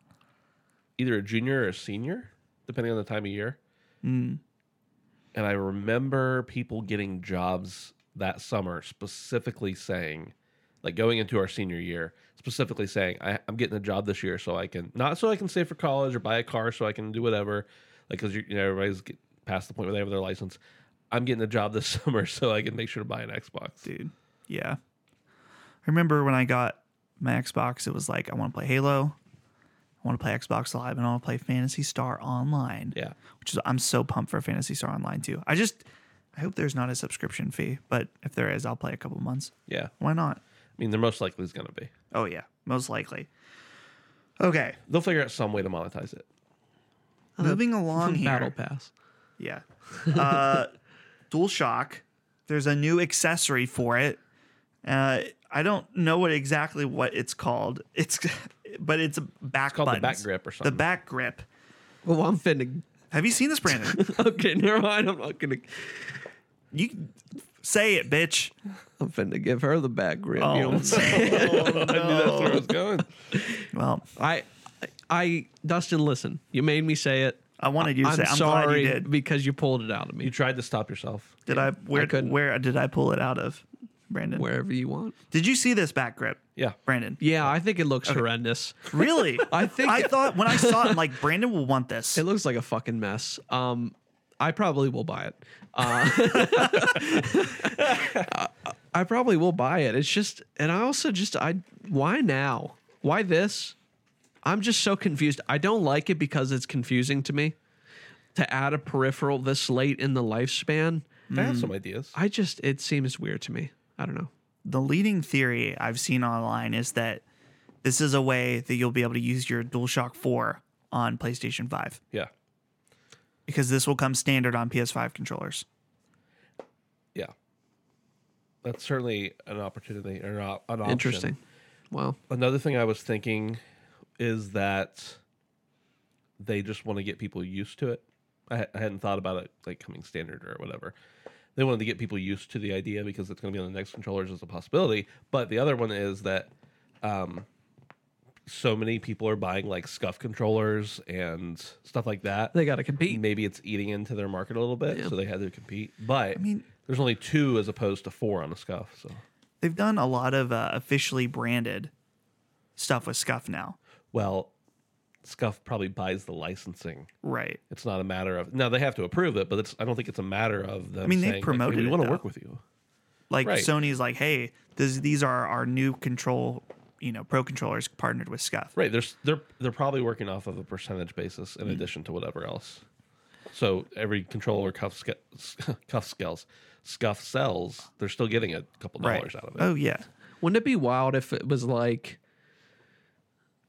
Speaker 3: either a junior or a senior, depending on the time of year. And I remember people getting jobs that summer specifically saying, like going into our senior year, specifically saying, I, I'm getting a job this year so I can, not so I can save for college or buy a car so I can do whatever, like, because you know, everybody's get past the point where they have their license. I'm getting a job this [laughs] summer so I can make sure to buy an Xbox.
Speaker 1: dude. Yeah. I remember when I got my Xbox, it was like I want to play Halo, I want to play Xbox Live, and I want to play Fantasy Star Online.
Speaker 3: Yeah.
Speaker 1: which is I'm so pumped for Fantasy Star Online too. I just I hope there's not a subscription fee, but if there is, I'll play a couple months.
Speaker 3: Yeah.
Speaker 1: Why not?
Speaker 3: I mean, they're most likely is going to be.
Speaker 1: Oh yeah, most likely. Okay,
Speaker 3: They'll figure out some way to monetize it.
Speaker 1: moving along here.
Speaker 2: [laughs] Battle Pass.
Speaker 1: Yeah. Uh, [laughs] DualShock. There's a new accessory for it. Uh, I don't know what exactly what it's called. It's, [laughs] but it's a back
Speaker 3: called the
Speaker 1: buttons.
Speaker 3: back grip or
Speaker 1: The
Speaker 3: something.
Speaker 1: back grip.
Speaker 2: Well, I'm finna. [laughs]
Speaker 1: Have you seen this, Brandon?
Speaker 2: Okay, never mind. I'm not gonna.
Speaker 1: you say it, bitch.
Speaker 2: I'm finna give her the back grip. you know what I'm saying?
Speaker 3: [laughs] I knew that's where I was going.
Speaker 1: Well,
Speaker 2: I, I, Dustin, listen. You made me say it.
Speaker 1: I wanted you to
Speaker 2: I'm
Speaker 1: say. I'm glad
Speaker 2: sorry
Speaker 1: you did.
Speaker 2: because you pulled it out of
Speaker 3: You
Speaker 2: me.
Speaker 3: tried to stop yourself.
Speaker 1: Did I where
Speaker 2: couldn't.
Speaker 1: where did I pull it out of, Brandon?
Speaker 2: Wherever you want.
Speaker 1: Did you see this back grip,
Speaker 3: Yeah.
Speaker 1: Brandon?
Speaker 2: Yeah, I think it looks horrendous.
Speaker 1: Really?
Speaker 2: [laughs] I think-
Speaker 1: I thought when I saw it, I'm like Brandon will want this.
Speaker 2: [laughs] It looks like a fucking mess. Um, I probably will buy it. Uh, [laughs] I, I probably will buy it. It's just, and I also just, I why now? Why this? I'm just so confused. I don't like it because it's confusing to me. To add a peripheral this late in the lifespan,
Speaker 3: I have some ideas.
Speaker 2: I just it seems weird to me. I don't know.
Speaker 1: the leading theory I've seen online is that this is a way that you'll be able to use your DualShock 4 on PlayStation 5
Speaker 3: Yeah.
Speaker 1: because this will come standard on PS5 controllers.
Speaker 3: Yeah. That's certainly an opportunity or an op- an option.
Speaker 2: Interesting. Wow.
Speaker 3: Another thing I was thinking is that they just want to get people used to it. I, I hadn't thought about it like coming standard or whatever. They wanted to get people used to the idea because it's going to be on the next controllers as a possibility. But the other one is that um, so many people are buying like scuff controllers and stuff like that.
Speaker 2: They got to compete.
Speaker 3: Maybe it's eating into their market a little bit,
Speaker 2: Yeah.
Speaker 3: so they had to compete. But I
Speaker 1: mean-
Speaker 3: mean, there's only two as opposed to four on a scuff. So
Speaker 1: They've done a lot of uh, officially branded stuff with scuff now.
Speaker 3: well, scuff probably buys the licensing.
Speaker 1: Right.
Speaker 3: It's not a matter of now they have to approve it, but it's I don't think it's a matter of them. I
Speaker 1: mean, they
Speaker 3: saying, like,
Speaker 1: promoted
Speaker 3: hey, we
Speaker 1: it,
Speaker 3: want
Speaker 1: though.
Speaker 3: to work with you.
Speaker 1: Like
Speaker 3: Right.
Speaker 1: Sony's like, "Hey, this, these are our new control, you know, pro controllers partnered with scuff." Mm.
Speaker 3: Right? There's they're they're probably working off of a percentage basis in addition to whatever else. So every controller cuff sca- [laughs] cuff scales scuff sells, they're still getting a couple
Speaker 1: Right.
Speaker 3: dollars out of it.
Speaker 1: Oh yeah.
Speaker 2: Wouldn't it be wild if it was like,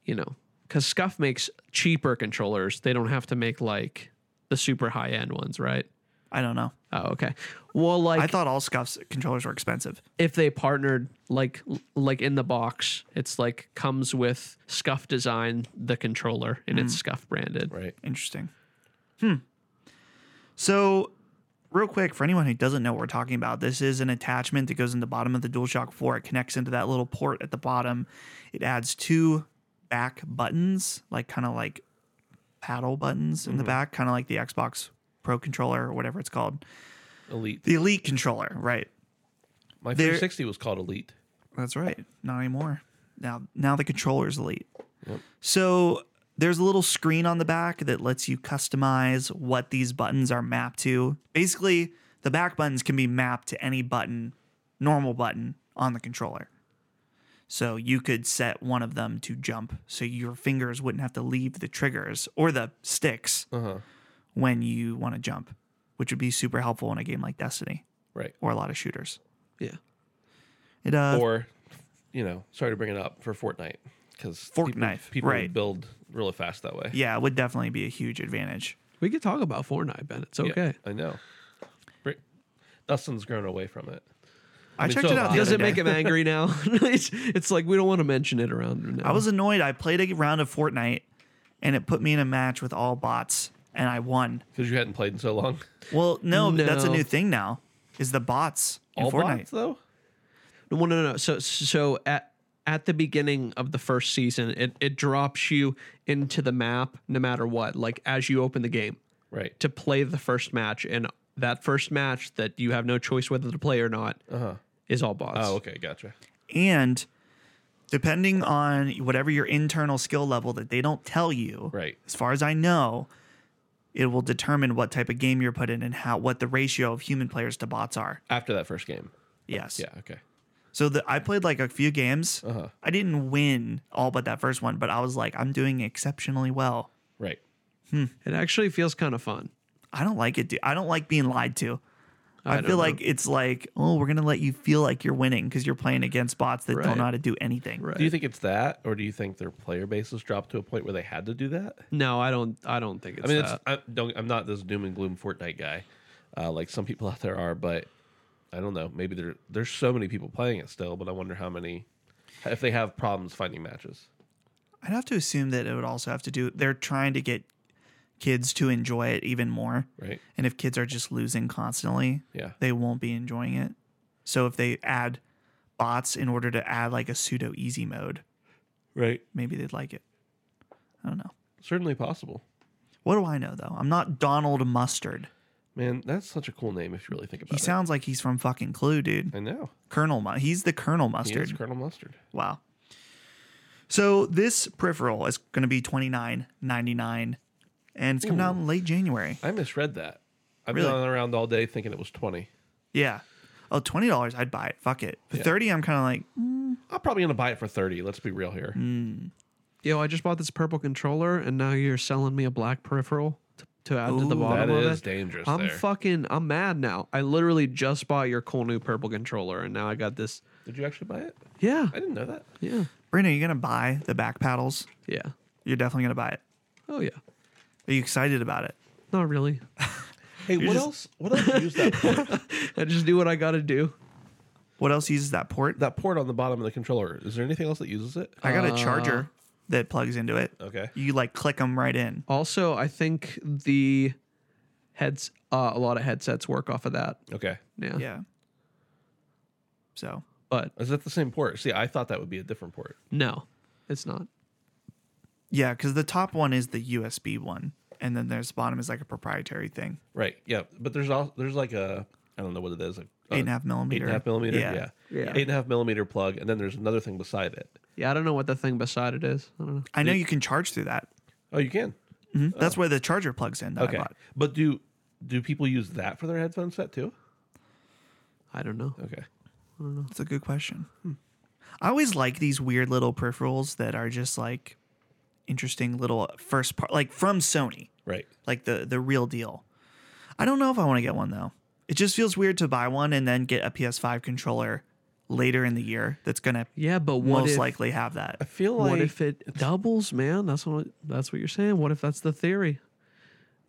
Speaker 2: you know, because Scuff makes cheaper controllers. They don't have to make like the super high end ones, right?
Speaker 1: I don't know.
Speaker 2: Oh, okay. Well, like
Speaker 1: I thought all Scuff's controllers were expensive.
Speaker 2: if they partnered, like like in the box, it's like comes with Scuff design the controller and it's Scuff branded.
Speaker 3: Right.
Speaker 1: Interesting. Hmm. So, real quick, for anyone who doesn't know what we're talking about, this is an attachment that goes in the bottom of the DualShock 4. It connects into that little port at the bottom. It adds two back buttons, like kind of like paddle buttons in the back, kind of like the Xbox Pro controller or whatever it's called.
Speaker 3: Elite.
Speaker 1: The Elite controller, right?
Speaker 3: My
Speaker 1: There-
Speaker 3: 360 was called Elite.
Speaker 1: That's right. Not anymore. Now, now the controller's elite. So there's a little screen on the back that lets you customize what these buttons are mapped to. Basically, the back buttons can be mapped to any button, normal button on the controller. So you could set one of them to jump, so your fingers wouldn't have to leave the triggers or the sticks
Speaker 3: Uh-huh.
Speaker 1: when you want to jump, which would be super helpful in a game like Destiny
Speaker 3: Right.
Speaker 1: or a lot of shooters.
Speaker 2: Yeah.
Speaker 1: It uh,
Speaker 3: or you know, sorry to bring it up for Fortnite because
Speaker 1: Fork knife,
Speaker 3: people
Speaker 1: right.
Speaker 3: build really fast that way.
Speaker 1: yeah, it would definitely be a huge advantage.
Speaker 2: We could talk about Fortnite, Ben. It's
Speaker 3: Yeah,
Speaker 2: okay.
Speaker 3: I know. Br- Dustin's grown away from it.
Speaker 1: I,
Speaker 3: mean,
Speaker 1: checked
Speaker 3: so
Speaker 1: it out.
Speaker 3: have
Speaker 1: The
Speaker 3: I.
Speaker 2: Does
Speaker 1: other
Speaker 2: it [laughs] make
Speaker 1: day.
Speaker 2: him angry now? it's, it's like we don't want to mention it around him now.
Speaker 1: I was annoyed. I played a round of Fortnite, and it put me in a match with all bots, and I won.
Speaker 3: Because you hadn't played in so long.
Speaker 1: Well, no, that's a
Speaker 2: No.
Speaker 1: new thing now. Is the bots in
Speaker 3: All
Speaker 1: Fortnite?
Speaker 3: bots though.
Speaker 2: No, no, no. no. So, so at at the beginning of the first season, it it drops you into the map no matter what. Like as you open the game
Speaker 3: Right.
Speaker 2: to play the first match, and that first match that you have no choice whether to play or not is all bots.
Speaker 3: Uh-huh. Oh, okay, gotcha.
Speaker 1: And depending on whatever your internal skill level that they don't tell you,
Speaker 3: Right.
Speaker 1: as far as I know, it will determine what type of game you're put in and how what the ratio of human players to bots are.
Speaker 3: After that first game.
Speaker 1: Yes.
Speaker 3: Yeah. Okay.
Speaker 1: So the, I played like a few games.
Speaker 2: Uh-huh.
Speaker 1: I didn't win all but that first one, but I was like, I'm doing exceptionally well.
Speaker 3: Right.
Speaker 2: It actually feels kind of fun.
Speaker 1: I don't like it. Dude. I don't like being lied to. I,
Speaker 2: don't
Speaker 1: feel
Speaker 2: know.
Speaker 1: like it's like, oh, we're gonna let you feel like you're winning because you're playing against bots that
Speaker 2: Right.
Speaker 1: don't know how to do anything.
Speaker 2: Right.
Speaker 3: Do you think it's that, or do you think their player base has dropped to a point where they had to do that?
Speaker 2: No, I don't. I don't think it's.
Speaker 3: I mean, it's,
Speaker 2: that.
Speaker 3: I don't, I'm not this doom and gloom Fortnite guy, uh, like some people [laughs] out there are, but I don't know. Maybe there there's so many people playing it still, but I wonder how many if they have problems finding matches.
Speaker 1: I'd have to assume that it would also have to do. They're trying to get kids to enjoy it even more,
Speaker 3: Right?
Speaker 1: and if kids are just losing constantly,
Speaker 3: Yeah.
Speaker 1: they won't be enjoying it. So if they add bots in order to add like a pseudo easy mode,
Speaker 3: Right.
Speaker 1: maybe they'd like it. I don't know.
Speaker 3: Certainly possible.
Speaker 1: What do I know though? I'm not Donald Mustard.
Speaker 3: Man, that's such a cool name if you really think about
Speaker 1: He
Speaker 3: it.
Speaker 1: sounds like he's from fucking Clue, dude.
Speaker 3: I know.
Speaker 1: Colonel, Mu- he's the Colonel
Speaker 3: He
Speaker 1: Mustard.
Speaker 3: is Colonel Mustard.
Speaker 1: Wow. So this peripheral is going to be twenty nine ninety nine, and it's coming out in late January.
Speaker 3: I misread that. I've
Speaker 1: Really?
Speaker 3: been on around all day thinking it was 20.
Speaker 1: Yeah. Oh, twenty dollars, I'd buy it. Fuck it. For thirty, I'm kind of like,
Speaker 3: I'm probably going to buy it for 30. Let's be real here.
Speaker 1: Mm.
Speaker 2: yo, I just bought this purple controller, and now you're selling me a black peripheral to, to add to the
Speaker 1: Ooh,
Speaker 2: bottom
Speaker 3: that
Speaker 2: of
Speaker 3: is
Speaker 2: it.
Speaker 3: dangerous
Speaker 2: I'm
Speaker 3: there.
Speaker 2: fucking. I'm mad now. I literally just bought your cool new purple controller, and now I got this.
Speaker 3: Did you actually buy it?
Speaker 2: Yeah,
Speaker 3: I didn't know that.
Speaker 2: yeah,
Speaker 1: Brina, you gonna buy the back paddles?
Speaker 2: yeah.
Speaker 1: You're definitely gonna buy it.
Speaker 2: Oh yeah.
Speaker 1: Are you excited about it?
Speaker 2: Not really.
Speaker 3: Hey, what
Speaker 1: just-
Speaker 3: else? What else use [laughs] that port?
Speaker 2: I just do what I got to do.
Speaker 1: What else uses that port?
Speaker 3: that port on the bottom of the controller. Is there anything else that uses it?
Speaker 1: I got a charger that plugs into it.
Speaker 3: Uh, Okay.
Speaker 1: You like click them right in.
Speaker 2: Also, I think the heads. Uh, a lot of headsets work off of that.
Speaker 3: Okay.
Speaker 2: Yeah. [laughs]
Speaker 1: Yeah. So
Speaker 2: But
Speaker 3: Is that the same port? See, I thought that would be a different port.
Speaker 2: no, it's not.
Speaker 1: yeah, because the top one is the USB one, and then there's bottom is like a proprietary thing.
Speaker 3: Right. Yeah. But there's all there's like a I don't know what it is. Like, uh,
Speaker 1: Eight and a half
Speaker 3: eight
Speaker 1: millimeter.
Speaker 3: and a half millimeter. Yeah.
Speaker 2: Yeah.
Speaker 3: Eight and a half millimeter plug, and then there's another thing beside it.
Speaker 2: Yeah, I don't know what the thing beside it is. I don't know.
Speaker 1: I know you can charge through that.
Speaker 3: Oh, you can.
Speaker 2: Hmm?
Speaker 1: Mhm. That's where the charger plugs in. That I
Speaker 3: Okay.
Speaker 1: bought.
Speaker 3: But do do people use that for their headphone set too?
Speaker 2: I don't know.
Speaker 3: Okay.
Speaker 1: That's a good question.
Speaker 2: Hmm.
Speaker 1: I always like these weird little peripherals that are just like interesting little first part, like from Sony,
Speaker 3: Right.
Speaker 1: like the the real deal. I don't know if I want to get one though. It just feels weird to buy one and then get a PS5 controller later in the year that's gonna
Speaker 2: Yeah, but what
Speaker 1: most
Speaker 2: if,
Speaker 1: likely have that.
Speaker 3: I feel like
Speaker 2: what if it doubles, man? That's what that's what you're saying. What if that's the theory?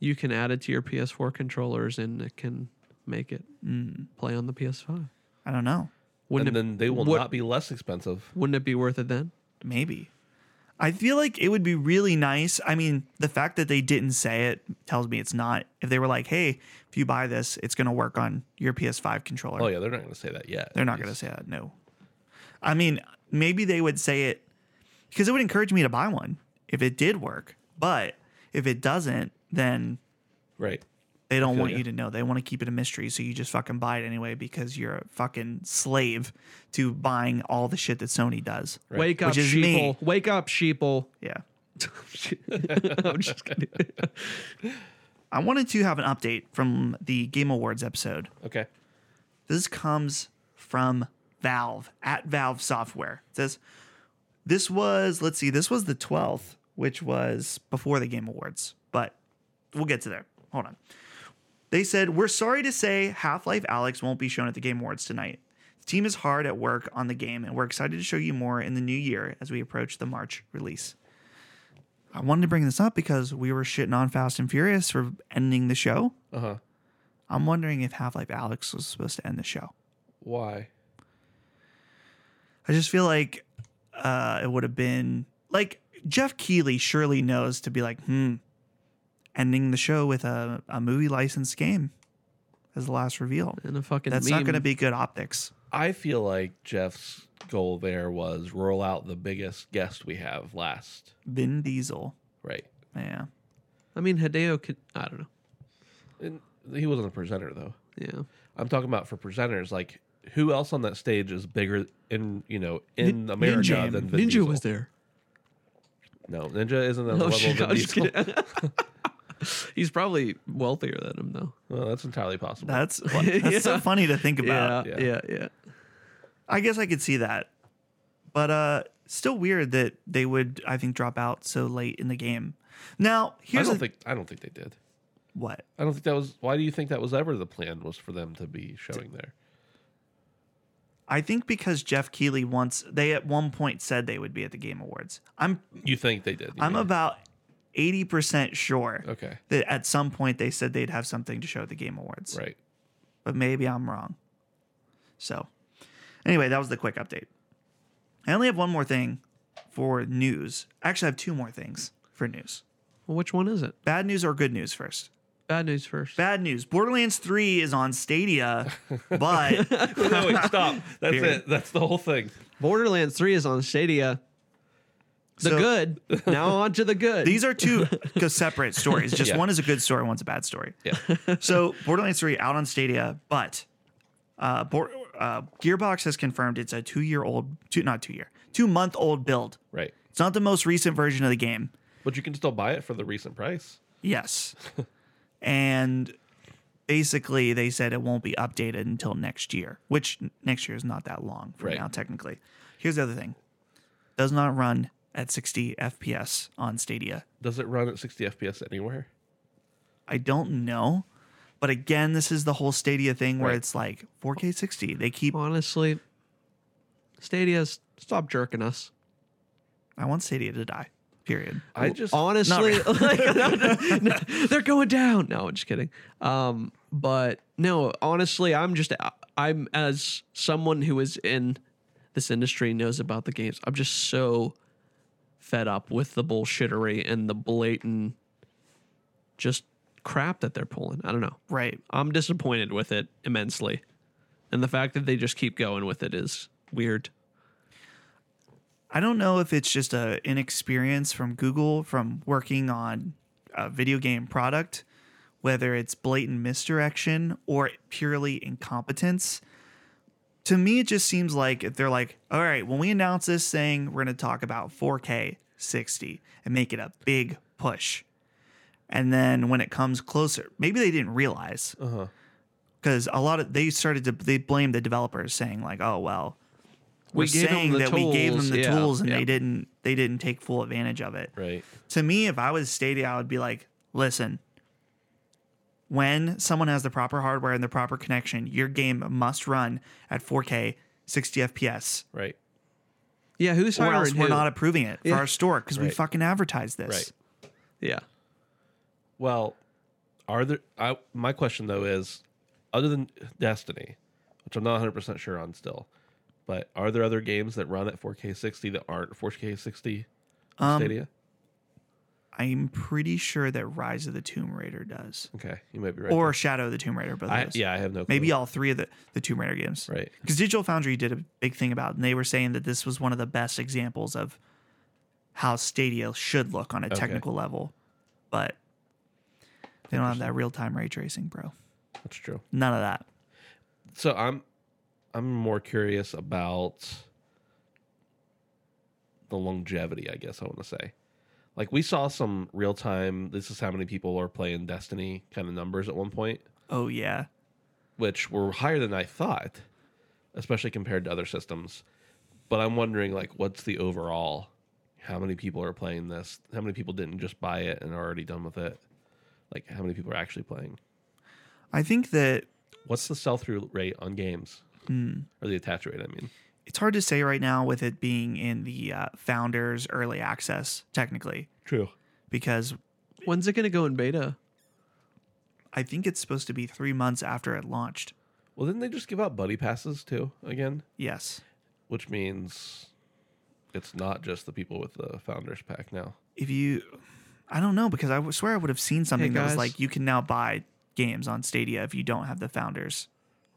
Speaker 2: You can add it to your PS4 controllers and it can make it
Speaker 1: Mm.
Speaker 2: play on the PS5.
Speaker 1: I don't know.
Speaker 2: Wouldn't
Speaker 3: and
Speaker 2: it,
Speaker 3: then they will
Speaker 2: would-
Speaker 3: not be less expensive.
Speaker 2: wouldn't it be worth it then?
Speaker 1: Maybe. I feel like it would be really nice. I mean, the fact that they didn't say it tells me it's not. If they were like, hey, if you buy this, it's going to work on your PS5 controller.
Speaker 3: Oh yeah, they're not going to say that yet.
Speaker 1: They're not going to say that. No. I mean, maybe they would say it because it would encourage me to buy one if it did work. But if it doesn't, then
Speaker 3: Right.
Speaker 1: they don't
Speaker 3: feel
Speaker 1: want
Speaker 3: ya.
Speaker 1: you to know. They want to keep it a mystery. So you just fucking buy it anyway because you're a fucking slave to buying all the shit that Sony does.
Speaker 2: Wake up,
Speaker 1: Which is
Speaker 2: sheeple!
Speaker 1: me.
Speaker 2: Wake up, sheeple!
Speaker 1: [laughs] Yeah.
Speaker 2: I'm just kidding.
Speaker 1: I wanted to have an update from the Game Awards episode.
Speaker 3: Okay.
Speaker 1: This comes from Valve at Valve Software. It says this was, let's see, this was the 12th, which was before the Game Awards, but we'll get to there. Hold on. They said, We're sorry to say Half Life Alex won't be shown at the Game Awards tonight. The team is hard at work on the game, and we're excited to show you more in the new year as we approach the March release. I wanted to bring this up because we were shitting on Fast and Furious for ending the show.
Speaker 3: Uh huh.
Speaker 1: I'm wondering if Half Life Alex was supposed to end the show.
Speaker 3: Why?
Speaker 1: I just feel like uh, it would have been like Jeff Keighley surely knows to be like, hmm, ending the show with a, a movie licensed game as the last reveal.
Speaker 2: And a fucking
Speaker 1: That's
Speaker 2: meme.
Speaker 1: not going to be good optics.
Speaker 3: I feel like Jeff's goal there was roll out the biggest guest we have last.
Speaker 1: Vin Diesel.
Speaker 3: Right.
Speaker 1: Yeah.
Speaker 2: I mean, Hideo could. I don't know.
Speaker 3: And he wasn't a presenter though.
Speaker 2: Yeah.
Speaker 3: I'm talking about for presenters like who else on that stage is bigger in you know in America
Speaker 1: Ninja.
Speaker 3: than Vin
Speaker 2: Ninja
Speaker 3: Diesel?
Speaker 2: was there.
Speaker 3: No, Ninja isn't on
Speaker 2: [laughs]
Speaker 3: the
Speaker 2: Oh,
Speaker 3: level
Speaker 2: shit,
Speaker 3: of
Speaker 2: I
Speaker 3: Vin
Speaker 2: was just
Speaker 3: Diesel.
Speaker 2: kidding. [laughs] He's probably wealthier than him, though.
Speaker 3: Well, that's entirely possible.
Speaker 1: That's,
Speaker 2: [laughs]
Speaker 1: that's so
Speaker 2: Yeah.
Speaker 1: funny to think about.
Speaker 2: yeah,
Speaker 3: yeah.
Speaker 2: yeah, yeah.
Speaker 1: I guess I could see that. But uh still weird that they would I think drop out so late in the game. Now,
Speaker 3: I
Speaker 1: here's
Speaker 3: don't
Speaker 1: the-
Speaker 3: think I don't think they did.
Speaker 1: what?
Speaker 3: I don't think that was. Why do you think that was ever the plan? Was for them to be showing there?
Speaker 1: I think because Jeff Keighley once they at one point said they would be at the Game Awards. I'm
Speaker 3: You think they did? you
Speaker 1: I'm
Speaker 3: mean.
Speaker 1: about 80% sure
Speaker 3: okay.
Speaker 1: that at some point they said they'd have something to show at the Game Awards,
Speaker 3: Right.
Speaker 1: but maybe I'm wrong. So, anyway, that was the quick update. I only have one more thing for news. Actually, I have two more things for news.
Speaker 2: Well, which one is it?
Speaker 1: Bad news or good news first?
Speaker 2: Bad news first.
Speaker 1: Bad news. Borderlands 3 is on
Speaker 3: [laughs]
Speaker 1: Stadia, but
Speaker 3: [laughs] no, wait, stop. That's
Speaker 1: Period.
Speaker 3: it. That's the whole thing.
Speaker 2: Borderlands 3 is on Stadia. The
Speaker 1: So- [laughs]
Speaker 2: good. Now on to the good.
Speaker 1: These are
Speaker 3: [laughs]
Speaker 1: two co- separate stories. Just
Speaker 3: Yeah.
Speaker 1: one is a good story, one's a bad story.
Speaker 3: Yeah.
Speaker 1: [laughs] So Borderlands 3 out on Stadia, but uh, Bor- uh, Gearbox has confirmed it's a two-year-old, two, not two-year, two-month-old build.
Speaker 3: Right.
Speaker 1: It's not the most recent version of the game.
Speaker 3: But you can still buy it for the recent price. [laughs]
Speaker 1: Yes. and basically, they said it won't be updated until next year, which n- next year is not that long from
Speaker 3: Right.
Speaker 1: now, technically. Here's the other thing does not run at 60 FPS on Stadia.
Speaker 3: Does it run at 60 FPS anywhere?
Speaker 1: I don't know. But again, this is the whole Stadia thing where
Speaker 3: Right.
Speaker 1: it's like 4K 60. They keep,
Speaker 2: Honestly, Stadia's stop jerking us.
Speaker 1: I want Stadia to die, period.
Speaker 3: I just
Speaker 2: Honestly, like, [laughs] no, no, no, [laughs] they're going down. No, I'm just kidding. Um, but no, honestly, I'm just I'm as someone who is in this industry knows about the games. I'm just so fed up with the bullshittery and the blatant just crap that they're pulling. I don't know.
Speaker 1: Right.
Speaker 2: I'm disappointed with it immensely. And the fact that they just keep going with it is weird.
Speaker 1: I don't know if it's just a inexperience from Google from working on a video game product, whether it's blatant misdirection or purely incompetence. To me, it just seems like they're like, all right, when we announce this thing, we're going to talk about 4K 60 and make it a big push. And then when it comes closer, maybe they didn't realize
Speaker 3: Uh-huh.
Speaker 1: because a lot of they started to they blame the developers saying like, oh well,
Speaker 2: We
Speaker 1: we're
Speaker 2: gave 'em
Speaker 1: saying
Speaker 2: the
Speaker 1: that we gave them
Speaker 2: tools.
Speaker 1: the
Speaker 2: Yeah,
Speaker 1: tools and
Speaker 2: yeah.
Speaker 1: they didn't they didn't take full advantage of it.
Speaker 3: Right.
Speaker 1: To me, if I was Stadia, I would be like, listen, when someone has the proper hardware and the proper connection, your game must run at 4K 60 FPS,
Speaker 3: right?
Speaker 2: Yeah, who's
Speaker 1: or
Speaker 2: hiring
Speaker 1: else we're
Speaker 2: who?
Speaker 1: not approving it for
Speaker 2: Yeah.
Speaker 1: our store because we
Speaker 3: Right.
Speaker 1: fucking advertise this.
Speaker 3: Right.
Speaker 2: yeah.
Speaker 3: Well, are there? I, my question though is, other than Destiny, which I'm not 100 percent sure on still, but are there other games that run at 4K 60 that aren't 4K 60 on
Speaker 1: Um,
Speaker 3: Stadia?
Speaker 1: I'm pretty sure that Rise of the Tomb Raider does,
Speaker 3: Okay, you might be right.
Speaker 1: or
Speaker 3: there.
Speaker 1: Shadow of the Tomb Raider, but
Speaker 3: I,
Speaker 1: those.
Speaker 3: yeah, I have no. Clue.
Speaker 1: maybe all three of the the Tomb Raider games.
Speaker 3: right.
Speaker 1: because Digital Foundry did a big thing about, it, and they were saying that this was one of the best examples of how Stadia should look on a technical level, but they don't have that real time ray tracing, bro.
Speaker 3: That's true.
Speaker 1: None of that.
Speaker 3: So I'm, I'm more curious about the longevity. I guess I want to say, like we saw some real time. This is how many people are playing Destiny kind of numbers at one point.
Speaker 1: Oh yeah,
Speaker 3: which were higher than I thought, especially compared to other systems. But I'm wondering, like, what's the overall? How many people are playing this? How many people didn't just buy it and are already done with it? Like, how many people are actually playing?
Speaker 1: I think that
Speaker 3: What's the sell through rate on games? Or the attach rate, I mean.
Speaker 1: it's hard to say right now with it being in the uh, founders early access technically,
Speaker 3: True.
Speaker 1: because
Speaker 2: When's it gonna go in beta?
Speaker 1: I think it's supposed to be three months after it launched.
Speaker 3: Well, didn't they just give out buddy passes too again?
Speaker 1: Yes,
Speaker 3: Which means it's not just the people with the founders pack now.
Speaker 1: if you, I don't know because I w- swear I would have seen something that was
Speaker 2: guys.
Speaker 1: like you can now buy games on Stadia if you don't have the founders.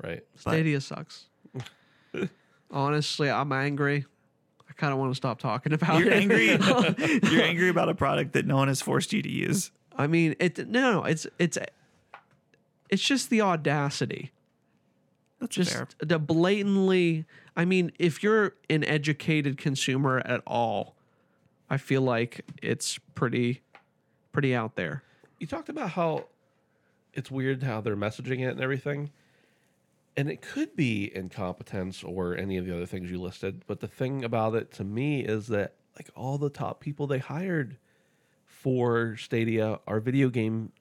Speaker 3: Right.
Speaker 1: But-
Speaker 2: Stadia sucks. [laughs] Honestly, I'm angry. I kind of want to stop talking about
Speaker 1: You're
Speaker 2: it.
Speaker 1: angry. You're angry about a product that no one has forced you to use.
Speaker 2: [laughs] I mean, it no, no, it's it's it's just the audacity.
Speaker 1: That's
Speaker 2: Just
Speaker 1: fair.
Speaker 2: the blatantly I mean, if you're an educated consumer at all, I feel like it's pretty pretty out there.
Speaker 3: you talked about how it's weird how they're messaging it and everything. And it could be incompetence or any of the other things you listed. But the thing about it to me is that like all the top people they hired for Stadia are video game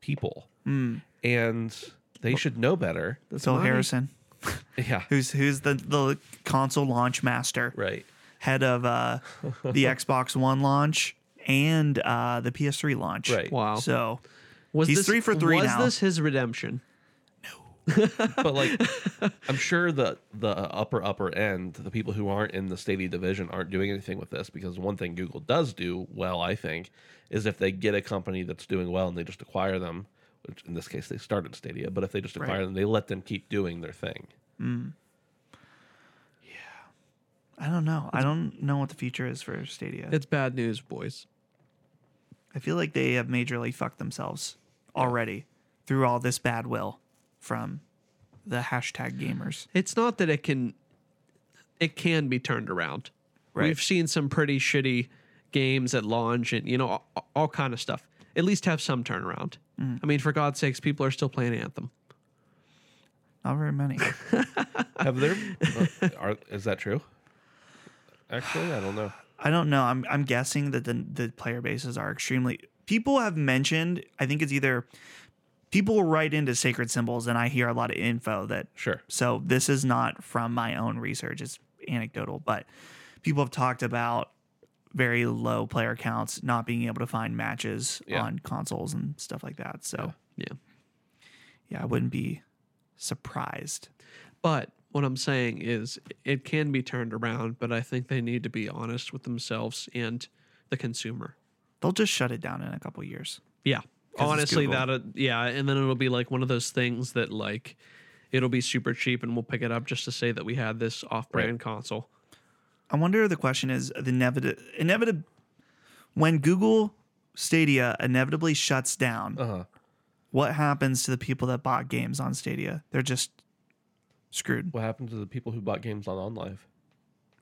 Speaker 3: people. And they should know better.
Speaker 1: So Harrison,
Speaker 3: [laughs] Yeah.
Speaker 1: who's who's the the console launch master,
Speaker 3: Right.
Speaker 1: head of uh, the Xbox One launch and uh, the PS3 launch.
Speaker 3: Right.
Speaker 2: Wow.
Speaker 1: So
Speaker 2: Was
Speaker 1: He's
Speaker 2: this,
Speaker 1: three for three
Speaker 2: Was
Speaker 1: now.
Speaker 2: this his redemption?
Speaker 3: but like i'm sure the the upper upper end the people who aren't in the stadia division aren't doing anything with this because one thing google does do well i think is if they get a company that's doing well and they just acquire them which in this case they started stadia but if they just acquire
Speaker 1: Right.
Speaker 3: them they let them keep doing their thing
Speaker 1: I don't know. I don't know what the future is for Stadia.
Speaker 2: It's bad news, boys.
Speaker 1: I feel like they have majorly fucked themselves already through all this bad will from the hashtag gamers.
Speaker 2: It's not that it can it can be turned around.
Speaker 1: Right.
Speaker 2: We've seen some pretty shitty games at launch and you know all, all kind of stuff. At least have some turnaround.
Speaker 1: Mm-hmm.
Speaker 2: I mean, for God's sakes, people are still playing Anthem.
Speaker 1: Not very many.
Speaker 3: have there [laughs] are, is that true actually i don't know
Speaker 1: I don't know. I'm I'm guessing that the the player bases are extremely. People have mentioned. I think it's either people write into sacred symbols, and I hear a lot of info that.
Speaker 3: sure
Speaker 1: So this is not from my own research. It's anecdotal, but people have talked about very low player counts, not being able to find matches
Speaker 3: Yeah.
Speaker 1: on consoles and stuff like that. So
Speaker 2: Yeah.
Speaker 1: yeah, I wouldn't be surprised.
Speaker 2: But what I'm saying is it can be turned around, but I think they need to be honest with themselves and the consumer.
Speaker 1: They'll just shut it down in a couple years.
Speaker 2: Yeah.
Speaker 1: 'Cause it's
Speaker 2: Honestly,
Speaker 1: Google.
Speaker 2: that uh, yeah, and then it'll be like one of those things that like it'll be super cheap and we'll pick it up just to say that we had this off-brand console.
Speaker 1: I wonder if the question is the inevitable inevitable when Google Stadia inevitably shuts down,
Speaker 3: uh-huh
Speaker 1: what happens to the people that bought games on Stadia? They're just screwed.
Speaker 3: what happened to the people who bought games on OnLive?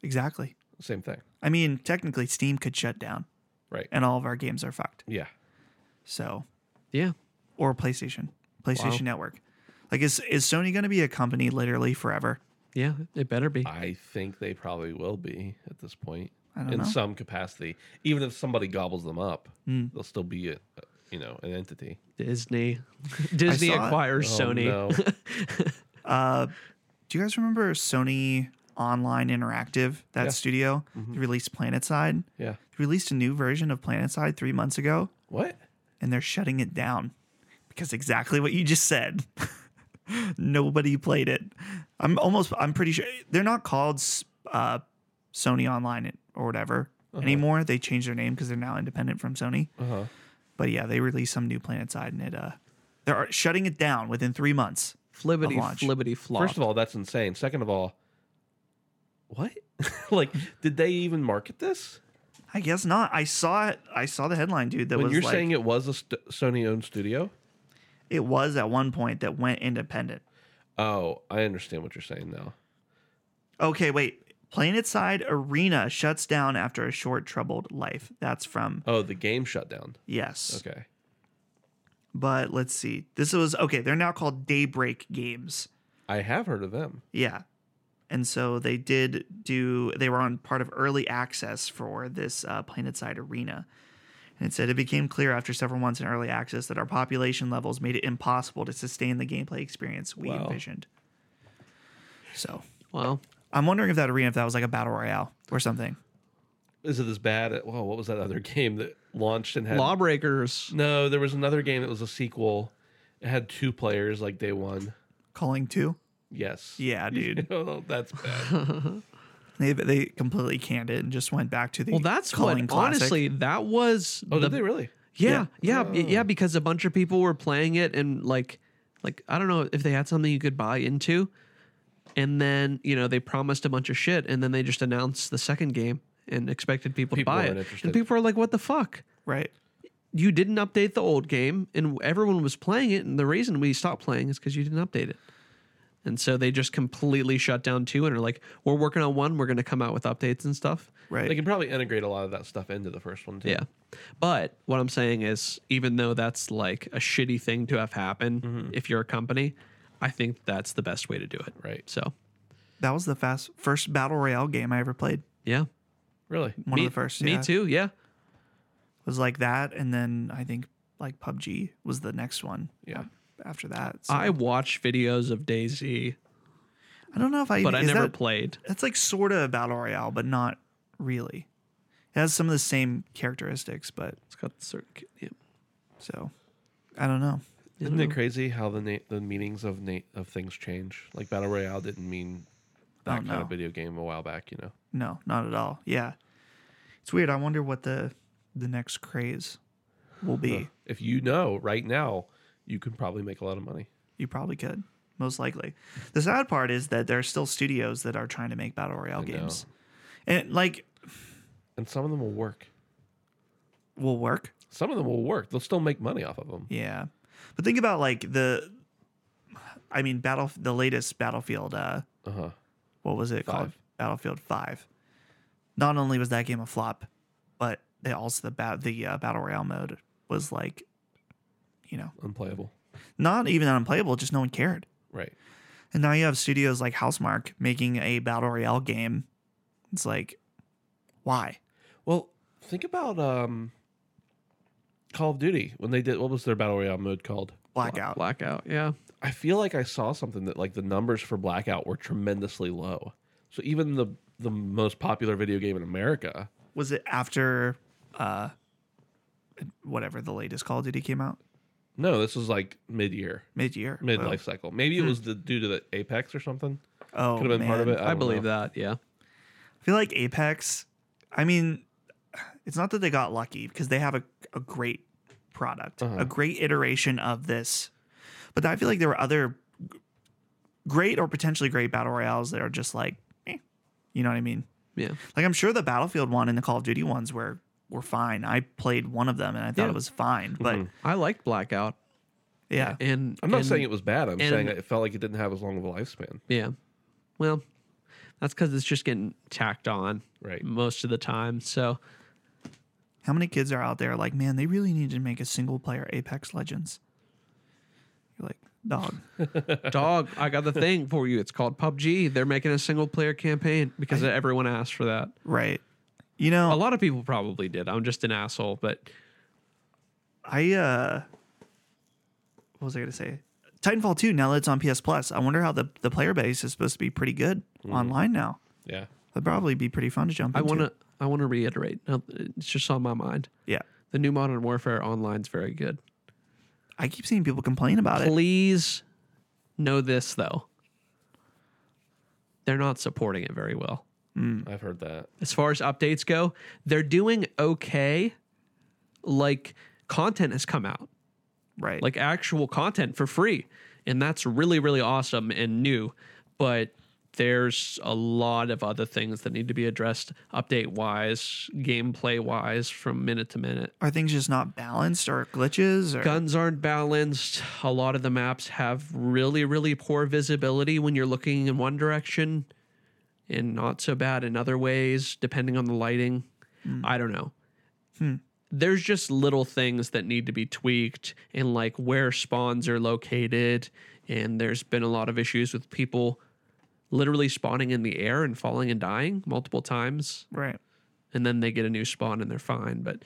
Speaker 1: Exactly.
Speaker 3: same thing
Speaker 1: I mean, technically Steam could shut down
Speaker 3: right
Speaker 1: and all of our games are fucked.
Speaker 3: yeah
Speaker 1: So,
Speaker 2: Yeah.
Speaker 1: or PlayStation, PlayStation Network. Like is is Sony going to be a company literally forever?
Speaker 2: Yeah, it better be.
Speaker 3: I think they probably will be at this point
Speaker 1: I don't
Speaker 3: in
Speaker 1: know. Hmm.
Speaker 3: some capacity. Even if somebody gobbles them up, they'll still be a, you know, an entity. [laughs]
Speaker 2: Disney. Disney
Speaker 1: saw it.
Speaker 2: acquires
Speaker 3: Oh,
Speaker 2: Sony.
Speaker 3: no.
Speaker 1: Uh, do you guys remember Sony Online Interactive, that
Speaker 3: Yeah. Mm-hmm.
Speaker 1: studio? They released PlanetSide.
Speaker 3: Yeah.
Speaker 1: They released a new version of PlanetSide three months ago,
Speaker 3: What?
Speaker 1: and they're shutting it down because exactly what you just said. [laughs] Nobody played it. I'm almost. I'm pretty sure they're not called s- uh, Sony Online or whatever
Speaker 3: Uh-huh.
Speaker 1: anymore. They changed their name because they're now independent from Sony.
Speaker 3: Uh huh.
Speaker 1: But yeah, they released some new PlanetSide, and it uh, they're shutting it down within three months. Of
Speaker 2: Flibbity
Speaker 1: launch.
Speaker 2: flibbity flop.
Speaker 3: First of all, that's insane. Second of all, what? [laughs] like, did they even market this?
Speaker 1: I guess not. I saw it. I saw the headline, dude. That
Speaker 3: When
Speaker 1: was
Speaker 3: you're
Speaker 1: like
Speaker 3: saying it was a st- Sony owned studio?
Speaker 1: it was at one point that went independent.
Speaker 3: Oh, I understand what you're saying now.
Speaker 1: Okay, wait. PlanetSide Arena shuts down after a short troubled life. That's from
Speaker 3: Oh, the game shut down.
Speaker 1: yes.
Speaker 3: Okay.
Speaker 1: But let's see. This was okay. They're now called Daybreak Games.
Speaker 3: I have heard of them.
Speaker 1: Yeah. And so they did do, they were on part of early access for this uh, PlanetSide Arena. And it said it became clear after several months in early access that our population levels made it impossible to sustain the gameplay experience we
Speaker 3: Wow.
Speaker 1: envisioned. So
Speaker 2: wow.
Speaker 1: I'm wondering if that arena, if that was like a battle royale or something.
Speaker 3: Is it as bad? At, whoa, what was that other [laughs] game that launched and had?
Speaker 2: Lawbreakers.
Speaker 3: no, there was another game that was a sequel. It had two players like day one.
Speaker 1: Calling two?
Speaker 3: Yes.
Speaker 2: [laughs]
Speaker 3: [laughs]
Speaker 1: Yeah, dude.
Speaker 3: oh, that's bad.
Speaker 1: they they completely canned it and just went back to the
Speaker 2: Well, that's
Speaker 1: Calling
Speaker 2: what
Speaker 1: Classic.
Speaker 2: honestly that was
Speaker 3: Oh,
Speaker 2: the
Speaker 3: did they really?
Speaker 2: Yeah, yeah, yeah,
Speaker 1: Oh.
Speaker 2: yeah, because a bunch of people were playing it and like like I don't know if they had something you could buy into. And then, you know, they promised a bunch of shit and then they just announced the second game and expected people,
Speaker 3: People
Speaker 2: to buy
Speaker 3: weren't
Speaker 2: it.
Speaker 3: interested.
Speaker 2: And people were like, "What the fuck?
Speaker 1: right.
Speaker 2: You didn't update the old game and everyone was playing it and the reason we stopped playing is cuz you didn't update it." And so they just completely shut down 2 and are like, "We're working on 1, we're going to come out with updates and stuff."
Speaker 1: Right.
Speaker 3: They can probably integrate a lot of that stuff into the first one too.
Speaker 2: Yeah. But what I'm saying is, even though that's like a shitty thing to have happen if you're a company, I think that's the best way to do it.
Speaker 3: Right.
Speaker 2: So,
Speaker 1: that was the fast first battle royale game I ever played.
Speaker 2: yeah.
Speaker 3: Really?
Speaker 1: One
Speaker 2: me,
Speaker 1: of the first.
Speaker 2: Me
Speaker 1: yeah.
Speaker 2: too. Yeah.
Speaker 1: was like that, and then I think like PUBG was the next one. um,
Speaker 3: Yeah.
Speaker 1: After that, so. I
Speaker 2: I watch videos of Daisy,
Speaker 1: I don't know if I
Speaker 2: but I
Speaker 1: is
Speaker 2: never
Speaker 1: that,
Speaker 2: played.
Speaker 1: That's like sort of a battle royale, but not really. It has some of the same characteristics, but
Speaker 2: It's got certain. Yeah.
Speaker 1: so I don't know.
Speaker 3: Isn't it crazy how the na- the meanings of na- of things change? Like battle royale didn't mean that
Speaker 1: Oh,
Speaker 3: kind
Speaker 1: no.
Speaker 3: of video game a while back, you know.
Speaker 1: No, not at all. Yeah, it's weird. I wonder what the the next craze will be.
Speaker 3: If you know right now, you can probably make a lot of money.
Speaker 1: You probably could, most likely. The sad part is that there are still studios that are trying to make battle royale
Speaker 3: I know.
Speaker 1: games, and like
Speaker 3: And some of them will work.
Speaker 1: will work.
Speaker 3: Some of them will work. They'll still make money off of them.
Speaker 1: Yeah, but think about like the, I mean, battle the latest Battlefield. Uh,
Speaker 3: Uh-huh.
Speaker 1: what was it called?
Speaker 3: Five.
Speaker 1: Battlefield Five. Not only was that game a flop, but they also the bat the uh, battle royale mode was like, you know,
Speaker 3: Unplayable.
Speaker 1: not even unplayable. Just no one cared.
Speaker 3: Right.
Speaker 1: And now you have studios like Housemark making a battle royale game. It's like, why?
Speaker 3: Well, think about um Call of Duty when they did what was their battle royale mode called?
Speaker 1: Blackout.
Speaker 2: Blackout. Yeah.
Speaker 3: I feel like I saw something that like the numbers for Blackout were tremendously low. So even the the most popular video game in America,
Speaker 1: Was it after, uh, whatever the latest Call of Duty came out
Speaker 3: no, this was like mid year,
Speaker 1: mid year,
Speaker 3: mid life cycle. Maybe it was the, due to the Apex or something.
Speaker 1: Oh,
Speaker 3: Could have been part of it. I,
Speaker 2: I, believe that. Yeah.
Speaker 1: I feel like Apex. I mean, it's not that they got lucky because they have a a great product,
Speaker 3: Uh-huh.
Speaker 1: a great iteration of this. But I feel like there were other g- great or potentially great battle royales that are just like, eh, you know what I mean?
Speaker 2: Yeah.
Speaker 1: Like I'm sure the Battlefield one and the Call of Duty ones were were fine. I played one of them and I thought
Speaker 2: Yeah. Mm-hmm.
Speaker 1: it was fine, but
Speaker 2: I liked Blackout.
Speaker 1: yeah,
Speaker 2: And
Speaker 3: I'm not
Speaker 2: and-
Speaker 3: saying it was bad. I'm
Speaker 2: and-
Speaker 3: saying it felt like it didn't have as long of a lifespan.
Speaker 2: Yeah. Well, that's because it's just getting tacked on
Speaker 3: Right.
Speaker 2: most of the time. So,
Speaker 1: how many kids are out there like, man, they really need to make a single player Apex Legends? You're like, dog.
Speaker 2: Dog, I got the thing for you. It's called PUBG. They're making a single player campaign because everyone asked for that.
Speaker 1: right. You know,
Speaker 2: A lot of people probably did. I'm just an asshole, but
Speaker 1: I uh what was I gonna say? Titanfall 2, now that it's on PS Plus, I wonder how the, the player base is supposed to be pretty good online now.
Speaker 3: Yeah.
Speaker 1: That'd probably be pretty fun to jump
Speaker 2: Mm. I
Speaker 1: into.
Speaker 2: want to I want to reiterate. Now, It's just on my mind.
Speaker 1: Yeah.
Speaker 2: The new Modern Warfare online's very good.
Speaker 1: I keep seeing people complain about it.
Speaker 2: Please know this though. They're not supporting it very well.
Speaker 3: Hmm. I've heard that.
Speaker 2: As far as updates go, they're doing okay. Like content has come out.
Speaker 1: Right.
Speaker 2: like actual content for free. And that's really, really awesome and new. But there's a lot of other things that need to be addressed update wise, gameplay wise, from minute to minute.
Speaker 1: are things just not balanced or glitches or
Speaker 2: Guns aren't balanced. A lot of the maps have really, really poor visibility when you're looking in one direction and not so bad in other ways, depending on the lighting. I don't know. There's just little things that need to be tweaked and like where spawns are located. And there's been a lot of issues with people literally spawning in the air and falling and dying multiple times
Speaker 1: right.
Speaker 2: and then they get a new spawn and they're fine. But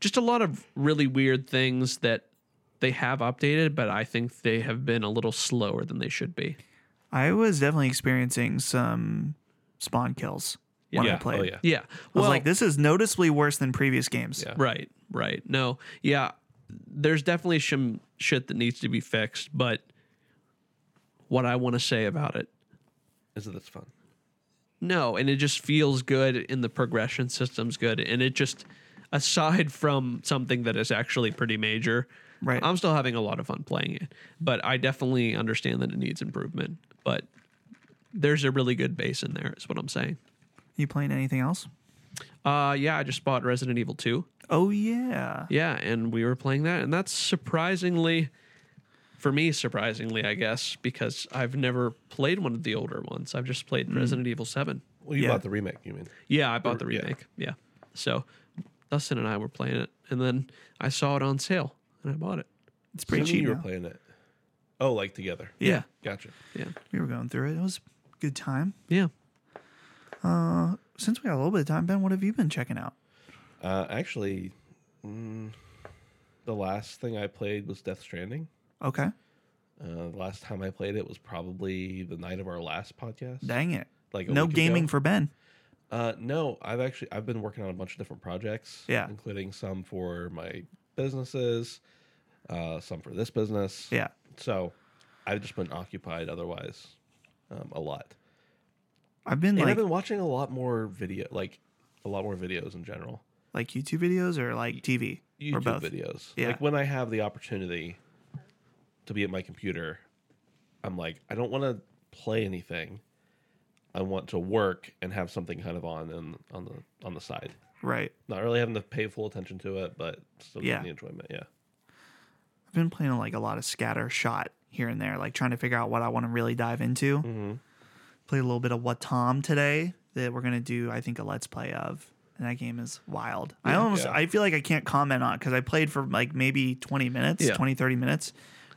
Speaker 2: just a lot of really weird things that they have updated, but I think they have been a little slower than they should be.
Speaker 1: I was definitely experiencing some spawn kills when I
Speaker 3: yeah.
Speaker 1: played.
Speaker 3: Oh yeah.
Speaker 2: Yeah.
Speaker 1: I was
Speaker 2: Well,
Speaker 1: like, this is noticeably worse than previous games.
Speaker 3: Yeah.
Speaker 2: right, right. No, yeah. There's definitely some shit that needs to be fixed, but what I want to say about it,
Speaker 3: Is it that's fun?
Speaker 2: no. And it just feels good, and the progression system's good. And it just, aside from something that is actually pretty major,
Speaker 1: Right.
Speaker 2: I'm still having a lot of fun playing it, but I definitely understand that it needs improvement. But there's a really good base in there, is what I'm saying.
Speaker 1: you playing anything else?
Speaker 2: Uh, yeah, I just bought Resident Evil 2.
Speaker 1: Oh yeah.
Speaker 2: Yeah, and we were playing that, and that's surprisingly, for me, surprisingly, I guess, because I've never played one of the older ones. I've just played Resident Evil 7.
Speaker 3: Well, you
Speaker 1: Yeah.
Speaker 3: bought the remake. You mean?
Speaker 2: Yeah, I bought the
Speaker 3: Yeah.
Speaker 2: remake. Yeah. So Dustin and I were playing it, and then I saw it on sale, and I bought it.
Speaker 1: It's pretty
Speaker 3: So
Speaker 1: cheap.
Speaker 3: You were
Speaker 1: now.
Speaker 3: playing it. Oh, like together.
Speaker 1: Yeah.
Speaker 3: Gotcha.
Speaker 2: Yeah.
Speaker 1: We were going through it. It was a good time.
Speaker 2: Yeah.
Speaker 1: Since we got a little bit of time, Ben, what have you been checking out?
Speaker 3: Uh, actually, mm, the last thing I played was Death Stranding.
Speaker 1: Okay.
Speaker 3: Uh, the last time I played it was probably the night of our last podcast.
Speaker 1: Dang it.
Speaker 3: like a
Speaker 1: no
Speaker 3: week ago.
Speaker 1: gaming for Ben.
Speaker 3: Uh, no, I've actually I've been working on a bunch of different projects.
Speaker 1: Yeah.
Speaker 3: including some for my businesses, uh, some for this business.
Speaker 1: Yeah.
Speaker 3: So, I've just been occupied otherwise, um, a lot.
Speaker 1: I've been
Speaker 3: And
Speaker 1: like
Speaker 3: I've been watching a lot more video, like a lot more videos in general.
Speaker 1: like YouTube videos or like TV
Speaker 3: YouTube
Speaker 1: or both.
Speaker 3: videos.
Speaker 1: Yeah.
Speaker 3: Like when I have the opportunity to be at my computer, I'm like, I don't want to play anything. I want to work and have something kind of on and on the on the side.
Speaker 1: Right.
Speaker 3: Not really having to pay full attention to it, but still getting
Speaker 1: Yeah.
Speaker 3: the enjoyment. Yeah.
Speaker 1: I've been playing like a lot of scatter shot here and there, like trying to figure out what I want to really dive into.
Speaker 2: Mm-hmm.
Speaker 1: Played a little bit of Watam today that we're gonna do. I think a let's play of, and that game is wild. I almost
Speaker 3: Yeah.
Speaker 1: I feel like I can't comment on because I played for like maybe twenty minutes,
Speaker 2: Yeah.
Speaker 1: twenty thirty 20, 30 minutes.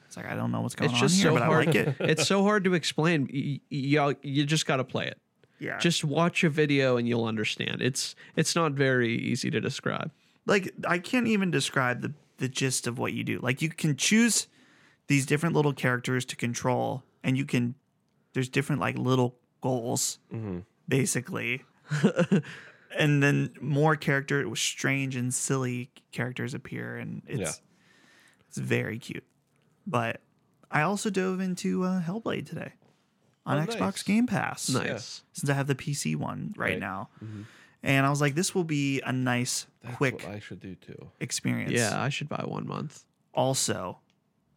Speaker 1: It's like I don't know what's going
Speaker 2: It's
Speaker 1: on
Speaker 2: just
Speaker 1: here,
Speaker 2: so
Speaker 1: but
Speaker 2: hard.
Speaker 1: I like
Speaker 2: [laughs]
Speaker 1: it.
Speaker 2: it's so hard to explain. Y- y- y'all, you just got to play it.
Speaker 1: Yeah, just
Speaker 2: Just watch a video and you'll understand. It's it's not very easy to describe.
Speaker 1: like I can't even describe the the gist of what you do. Like you can choose these different little characters to control, and you can there's different like little goals
Speaker 3: Mm-hmm.
Speaker 1: basically. [laughs] and then more character it was strange and silly characters appear and it's it's very cute. But I also dove into uh, Hellblade today on
Speaker 3: Oh,
Speaker 1: Xbox
Speaker 3: nice.
Speaker 1: Game Pass
Speaker 2: Nice.
Speaker 1: since I have the PC one right,
Speaker 3: Right. Mm-hmm.
Speaker 1: now. And I was like this will be a nice
Speaker 3: That's
Speaker 1: quick
Speaker 3: what I should do too.
Speaker 1: experience.
Speaker 2: Yeah, I should buy one month.
Speaker 1: Also,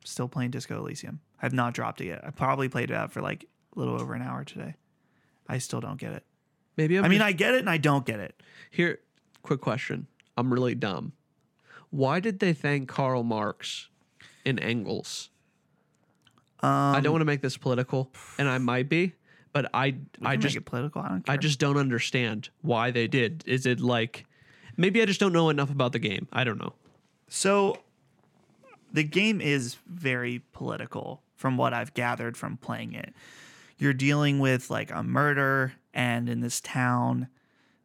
Speaker 1: still playing Disco Elysium. I have not dropped it yet. I probably played it out for like a little over an hour today. I still don't get it.
Speaker 2: Maybe I'm
Speaker 1: I mean,
Speaker 2: just-
Speaker 1: I get it and I don't get it.
Speaker 2: here. Quick question. I'm really dumb. Why did they thank Karl Marx and Engels? I
Speaker 1: Um,
Speaker 2: don't want to make this political, and I might be, but I I
Speaker 1: I
Speaker 2: just
Speaker 1: make it political. I don't care.
Speaker 2: I just don't understand why they did. Is it like maybe I just don't know enough about the game? I don't know.
Speaker 1: So the game is very political from what I've gathered from playing it. You're dealing with like a murder and in this town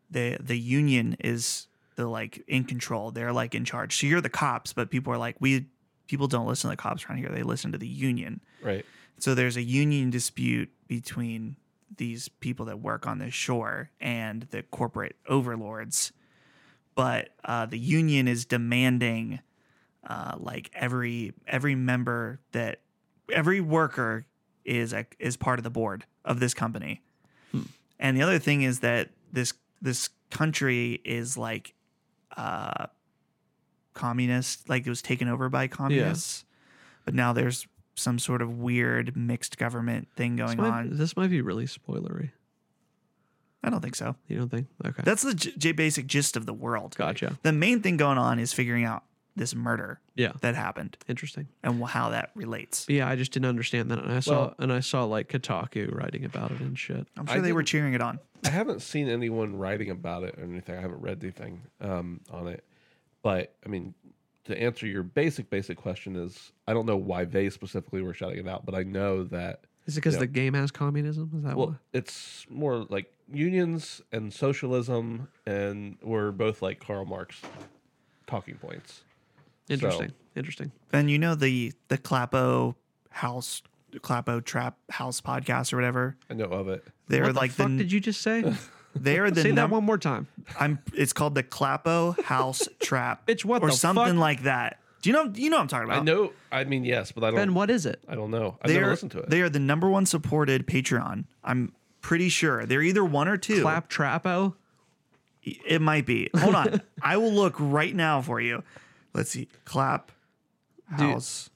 Speaker 1: the the union is the like in control. They're like in charge. So you're the cops, but people are like, we people don't listen to the cops around here. They listen to the union.
Speaker 3: Right.
Speaker 1: So there's a union dispute between these people that work on the shore and the corporate overlords. But uh, the union is demanding, uh, like every every member that every worker is a, is part of the board of this company. And the other thing is that this this country is like uh, communist, like it was taken over by communists, but now there's some sort of weird mixed government thing
Speaker 2: This
Speaker 1: going
Speaker 2: might,
Speaker 1: on.
Speaker 2: this might be really spoilery.
Speaker 1: I don't think so.
Speaker 2: You don't think? Okay.
Speaker 1: That's the g- j- basic gist of the world.
Speaker 2: gotcha.
Speaker 1: The main thing going on is figuring out this murder
Speaker 2: Yeah.
Speaker 1: that happened
Speaker 2: Interesting.
Speaker 1: and wh- how that relates.
Speaker 2: But yeah, I just didn't understand that, and I saw
Speaker 3: Well-
Speaker 2: and I saw like Kotaku writing about it and shit.
Speaker 1: I'm
Speaker 3: I
Speaker 1: sure they were cheering it on.
Speaker 3: I haven't seen anyone writing about it or anything. I haven't read anything um, on it. But I mean, to answer your basic basic question is, I don't know why they specifically were shouting it out, but I know that
Speaker 2: Is it because
Speaker 3: Yeah.
Speaker 2: the game has communism? Is that
Speaker 1: Um,
Speaker 3: well,
Speaker 2: why?
Speaker 3: it's more like unions and socialism, and were both like Karl Marx talking points.
Speaker 2: Interesting. Interesting.
Speaker 1: And you know the the Clapo house Clapo trap house podcast or whatever.
Speaker 3: I know of it.
Speaker 1: They're
Speaker 2: what
Speaker 1: like
Speaker 2: the fuck
Speaker 1: [laughs] the
Speaker 2: did you just say? [laughs]
Speaker 1: they're the
Speaker 2: say that
Speaker 1: num-
Speaker 2: one more time.
Speaker 1: I'm. It's called the Clapo
Speaker 2: [laughs]
Speaker 1: House Trap.
Speaker 2: Bitch, what
Speaker 1: or
Speaker 2: the
Speaker 1: something
Speaker 2: fuck?
Speaker 1: like that. Do you know? You know what I'm talking about.
Speaker 3: I know. I mean, yes, but I don't.
Speaker 2: Ben, what is it?
Speaker 3: I don't know. I've
Speaker 1: Uh, They're
Speaker 3: never listened to it.
Speaker 1: they are the number one supported Patreon. I'm pretty sure they're either one or two.
Speaker 2: Clap trapo.
Speaker 1: It might be. Hold on. I will look right now for you. Let's see. Clap House.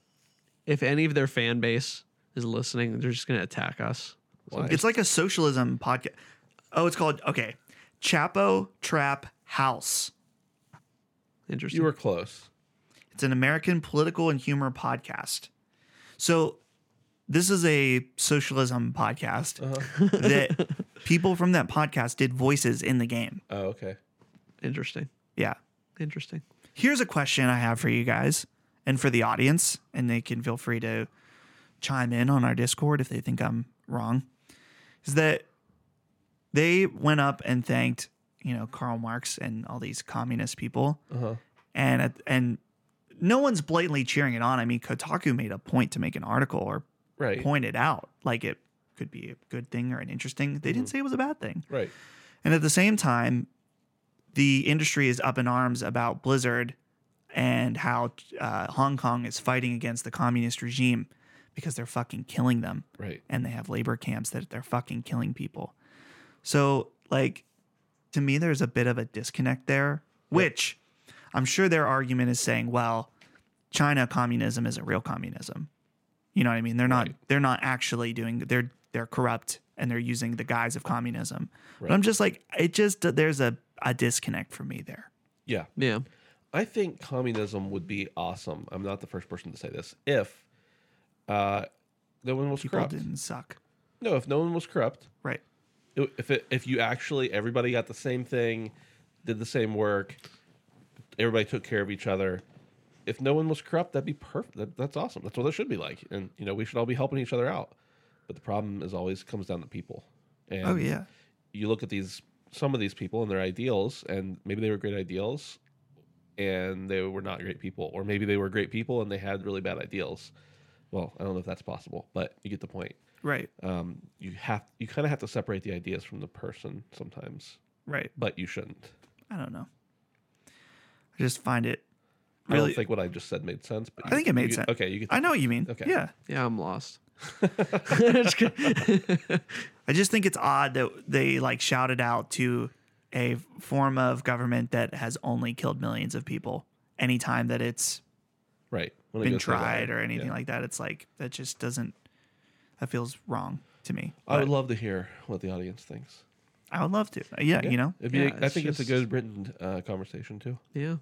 Speaker 2: If any of their fan base is listening, they're just gonna attack us.
Speaker 3: Why?
Speaker 1: It's like a socialism podcast. Oh, it's called okay. Chapo Trap House.
Speaker 2: Interesting.
Speaker 3: you were close.
Speaker 1: It's an American political and humor podcast. So this is a socialism podcast that people from that podcast did voices in the game.
Speaker 3: Oh, okay.
Speaker 2: Interesting.
Speaker 1: Yeah.
Speaker 2: Interesting.
Speaker 1: Here's a question I have for you guys and for the audience, and they can feel free to chime in on our Discord if they think I'm wrong. Is that they went up and thanked, you know, Karl Marx and all these communist people.
Speaker 3: Uh-huh.
Speaker 1: and at, and no one's blatantly cheering it on. I mean, Kotaku made a point to make an article or
Speaker 3: Right.
Speaker 1: point it out, like it could be a good thing or an interesting. They didn't say it was a bad thing.
Speaker 3: Right.
Speaker 1: And at the same time, the industry is up in arms about Blizzard and how uh, Hong Kong is fighting against the communist regime because they're fucking killing them
Speaker 3: Right.
Speaker 1: and they have labor camps that they're fucking killing people. So, like, to me, there's a bit of a disconnect there, which I'm sure their argument is saying, well, China communism isn't real communism. You know what I mean? They're not.
Speaker 3: Right.
Speaker 1: They're not actually doing. They're they're corrupt and they're using the guise of communism. But I'm
Speaker 3: Right.
Speaker 1: just like, it just there's a a disconnect for me there.
Speaker 3: Yeah.
Speaker 2: Yeah.
Speaker 3: I think communism would be awesome. I'm not the first person to say this. If uh, no one was
Speaker 1: People
Speaker 3: corrupt,
Speaker 1: didn't suck,
Speaker 3: no, if no one was corrupt,
Speaker 1: right?
Speaker 3: i- if it, if you actually everybody got the same thing, did the same work, everybody took care of each other. If no one was corrupt, that'd be perfect. That, that's awesome. That's what it should be like. And you know, we should all be helping each other out. But the problem is always comes down to people. And
Speaker 1: Oh yeah,
Speaker 3: you look at these some of these people and their ideals and maybe they were great ideals and they were not great people or maybe they were great people and they had really bad ideals well i don't know if that's possible but you get the point
Speaker 1: right,
Speaker 3: um, you have you kind of have to separate the ideas from the person sometimes
Speaker 1: right.
Speaker 3: but you shouldn't
Speaker 1: I don't know. I just find it
Speaker 3: i don't
Speaker 1: really.
Speaker 3: think what i just said made sense but
Speaker 1: I
Speaker 3: you-
Speaker 1: think it made
Speaker 3: you-
Speaker 1: sense.
Speaker 3: okay you get
Speaker 1: I know what you mean.
Speaker 3: Okay.
Speaker 1: Yeah.
Speaker 2: Yeah,
Speaker 1: [laughs]
Speaker 2: I'm lost. [laughs] Just kidding. [laughs]
Speaker 1: I just think it's odd that they like shouted out to a form of government that has only killed millions of people anytime that it's
Speaker 3: right when it
Speaker 1: been
Speaker 3: goes to the
Speaker 1: tried
Speaker 3: lawyer.
Speaker 1: or anything
Speaker 3: Yeah.
Speaker 1: like that. It's like that just doesn't that feels wrong to me.
Speaker 3: i would
Speaker 1: But
Speaker 3: love to hear what the audience thinks
Speaker 1: I would love to. Yeah, Uh, you know.
Speaker 3: It'd be,
Speaker 2: Yeah,
Speaker 3: i
Speaker 2: it's
Speaker 3: think it's
Speaker 2: just-
Speaker 3: a good written uh, conversation too
Speaker 2: yeah.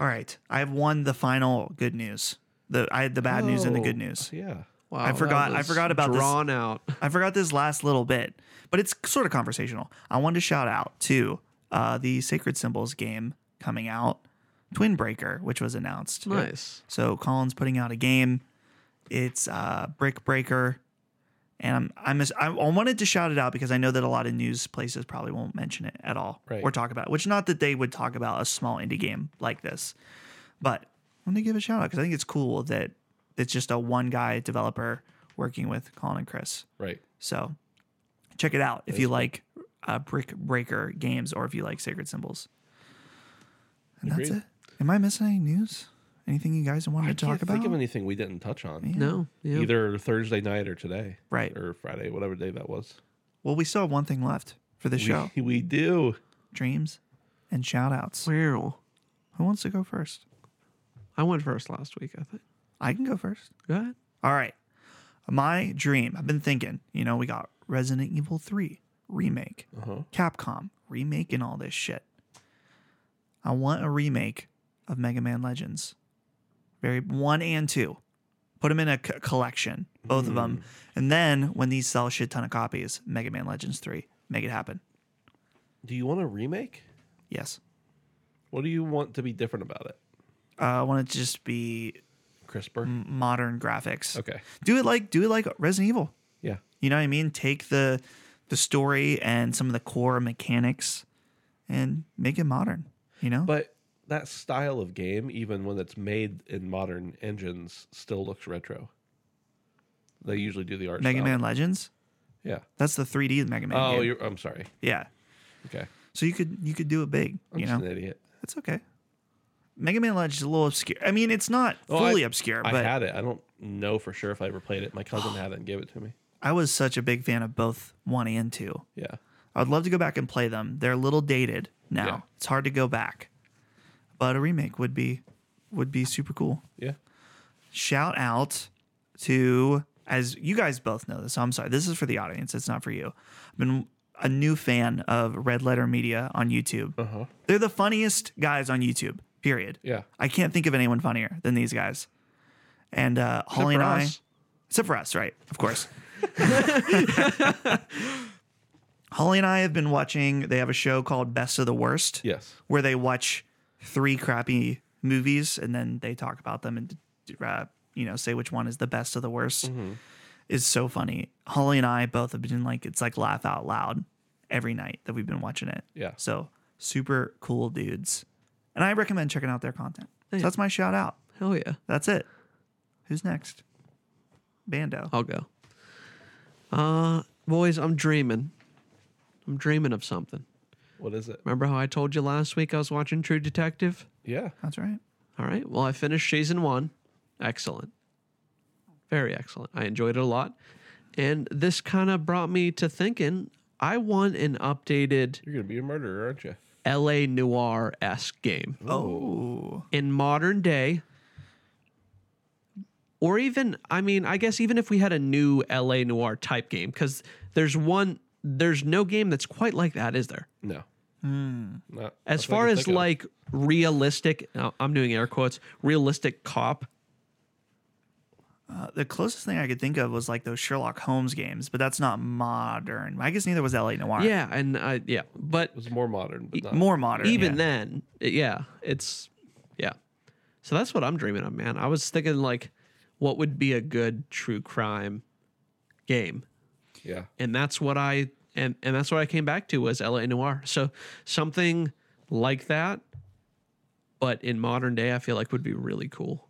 Speaker 1: All right. I have won the final good news. The I had the bad news and the good
Speaker 3: Oh,
Speaker 1: news.
Speaker 3: yeah
Speaker 2: Wow.
Speaker 1: I
Speaker 2: that
Speaker 1: forgot- I
Speaker 2: was
Speaker 1: forgot about this.
Speaker 2: drawn out. [laughs]
Speaker 1: I forgot this last little bit, but it's sort of conversational. I wanted to shout out to uh, the Sacred Symbols game coming out, Twin Breaker, which was announced.
Speaker 2: Nice.
Speaker 1: So Colin's putting out a game. It's uh, Brick Breaker, and I'm I'm as- I I wanted to shout it out because I know that a lot of news places probably won't mention it at all
Speaker 3: Right.
Speaker 1: or talk about it. Which not that they would talk about a small indie game like this, but I want to give a shout out because I think it's cool that it's just a one guy developer working with Colin and Chris.
Speaker 3: Right.
Speaker 1: So check it out if you like uh, Brick Breaker games or if you like Sacred Symbols. And that's
Speaker 3: Agreed.
Speaker 1: it. Am I missing any news? Anything you guys wanted
Speaker 3: I
Speaker 1: to
Speaker 3: can't
Speaker 1: talk about?
Speaker 3: think of anything we didn't touch on
Speaker 2: No, yeah.
Speaker 3: either Thursday night or today,
Speaker 1: Right.
Speaker 3: Or Friday, whatever day that was.
Speaker 1: Well, we still have one thing left for the
Speaker 3: [laughs]
Speaker 1: show
Speaker 3: We, we do.
Speaker 1: dreams and shout outs.
Speaker 2: Well,
Speaker 1: Who wants to go first?
Speaker 2: I went first last week. I think.
Speaker 1: I can go first.
Speaker 2: Go ahead.
Speaker 1: All right. My dream. I've been thinking, you know, we got Resident Evil 3 remake,
Speaker 3: Uh-huh.
Speaker 1: Capcom remake, and all this shit. I want a remake of Mega Man Legends. Very one and two. Put them in a c- collection, both of
Speaker 3: Hmm.
Speaker 1: them. And then when these sell a shit ton of copies, Mega Man Legends 3, make it happen.
Speaker 3: Do you want a remake?
Speaker 1: Yes.
Speaker 3: What do you want to be different about it?
Speaker 1: Uh, I want it to just be
Speaker 3: Crisper.
Speaker 1: m- modern graphics.
Speaker 3: Okay.
Speaker 1: Do it like do it like Resident Evil.
Speaker 3: Yeah.
Speaker 1: You know what I mean? Take the the story and some of the core mechanics and make it modern. You know?
Speaker 3: But that style of game, even when it's made in modern engines, still looks retro. They usually do the art.
Speaker 1: Mega
Speaker 3: style.
Speaker 1: Man Legends.
Speaker 3: Yeah.
Speaker 1: That's the 3D Mega Man.
Speaker 3: Oh,
Speaker 1: game.
Speaker 3: you're, I'm sorry.
Speaker 1: yeah.
Speaker 3: Okay.
Speaker 1: So you could you could do it big.
Speaker 3: I'm
Speaker 1: you
Speaker 3: just
Speaker 1: know,
Speaker 3: an idiot.
Speaker 1: it's okay. Mega Man Legends is a little obscure. I mean, it's not
Speaker 3: Oh, I-
Speaker 1: fully obscure,
Speaker 3: I
Speaker 1: but
Speaker 3: had it. I don't know for sure if I ever played it. My cousin had it and gave it to me.
Speaker 1: I was such a big fan of both one and two.
Speaker 3: Yeah.
Speaker 1: I would love to go back and play them. They're a little dated now.
Speaker 3: Yeah.
Speaker 1: It's hard to go back, but a remake would be would be super cool.
Speaker 3: Yeah.
Speaker 1: shout out to as you guys both know this. I'm sorry, this is for the audience. It's not for you. I've been a new fan of Red Letter Media on YouTube.
Speaker 3: Uh
Speaker 2: Uh-huh.
Speaker 3: huh.
Speaker 1: They're the funniest guys on YouTube. Period.
Speaker 3: Yeah.
Speaker 1: I can't think of anyone funnier than these guys. And uh, Holly and
Speaker 2: for
Speaker 1: I,
Speaker 2: us.
Speaker 1: except for us, right? Of
Speaker 2: [laughs]
Speaker 1: course. [laughs] Holly and I have been watching. They have a show called Best of the Worst
Speaker 3: Yes.
Speaker 1: where they watch three crappy movies and then they talk about them and uh, you know say which one is the best of the worst is so funny. Holly and I both have been like it's like laugh out loud every night that we've been watching it.
Speaker 3: Yeah.
Speaker 1: So super cool dudes, and I recommend checking out their content. So
Speaker 2: Yeah.
Speaker 1: that's my shout out.
Speaker 2: Hell yeah.
Speaker 1: That's it. Who's next? Bando.
Speaker 2: I'll go. Uh, boys, I'm dreaming. I'm dreaming of something.
Speaker 3: What is it?
Speaker 2: Remember how I told you last week I was watching True Detective?
Speaker 3: Yeah.
Speaker 1: That's right.
Speaker 2: All right. Well, I finished season one. Excellent. Very excellent. I enjoyed it a lot. And this kind of brought me to thinking I want an updated
Speaker 3: You're gonna be a murderer, aren't you?
Speaker 2: LA noir esque game
Speaker 1: Oh,
Speaker 2: in modern day. Or even, I mean, I guess even if we had a new LA noir type game, because there's one, there's no game that's quite like that, is there?
Speaker 3: No.
Speaker 1: Hmm.
Speaker 3: Not,
Speaker 2: as
Speaker 3: nothing I
Speaker 2: far
Speaker 3: can
Speaker 2: as
Speaker 3: think of.
Speaker 2: like realistic now, i'm doing air quotes realistic cop
Speaker 1: Uh, the closest thing I could think of was like those Sherlock Holmes games, but that's not modern. I guess neither was L.A. Noir.
Speaker 2: yeah and i yeah but
Speaker 3: it was more modern, but not
Speaker 1: more modern.
Speaker 2: even
Speaker 1: yeah.
Speaker 2: then it- yeah it's yeah so that's what i'm dreaming of man i was thinking like what would be a good true crime game
Speaker 3: Yeah.
Speaker 2: and that's what i and, and that's what i came back to was la noir so something like that but in modern day i feel like would be really cool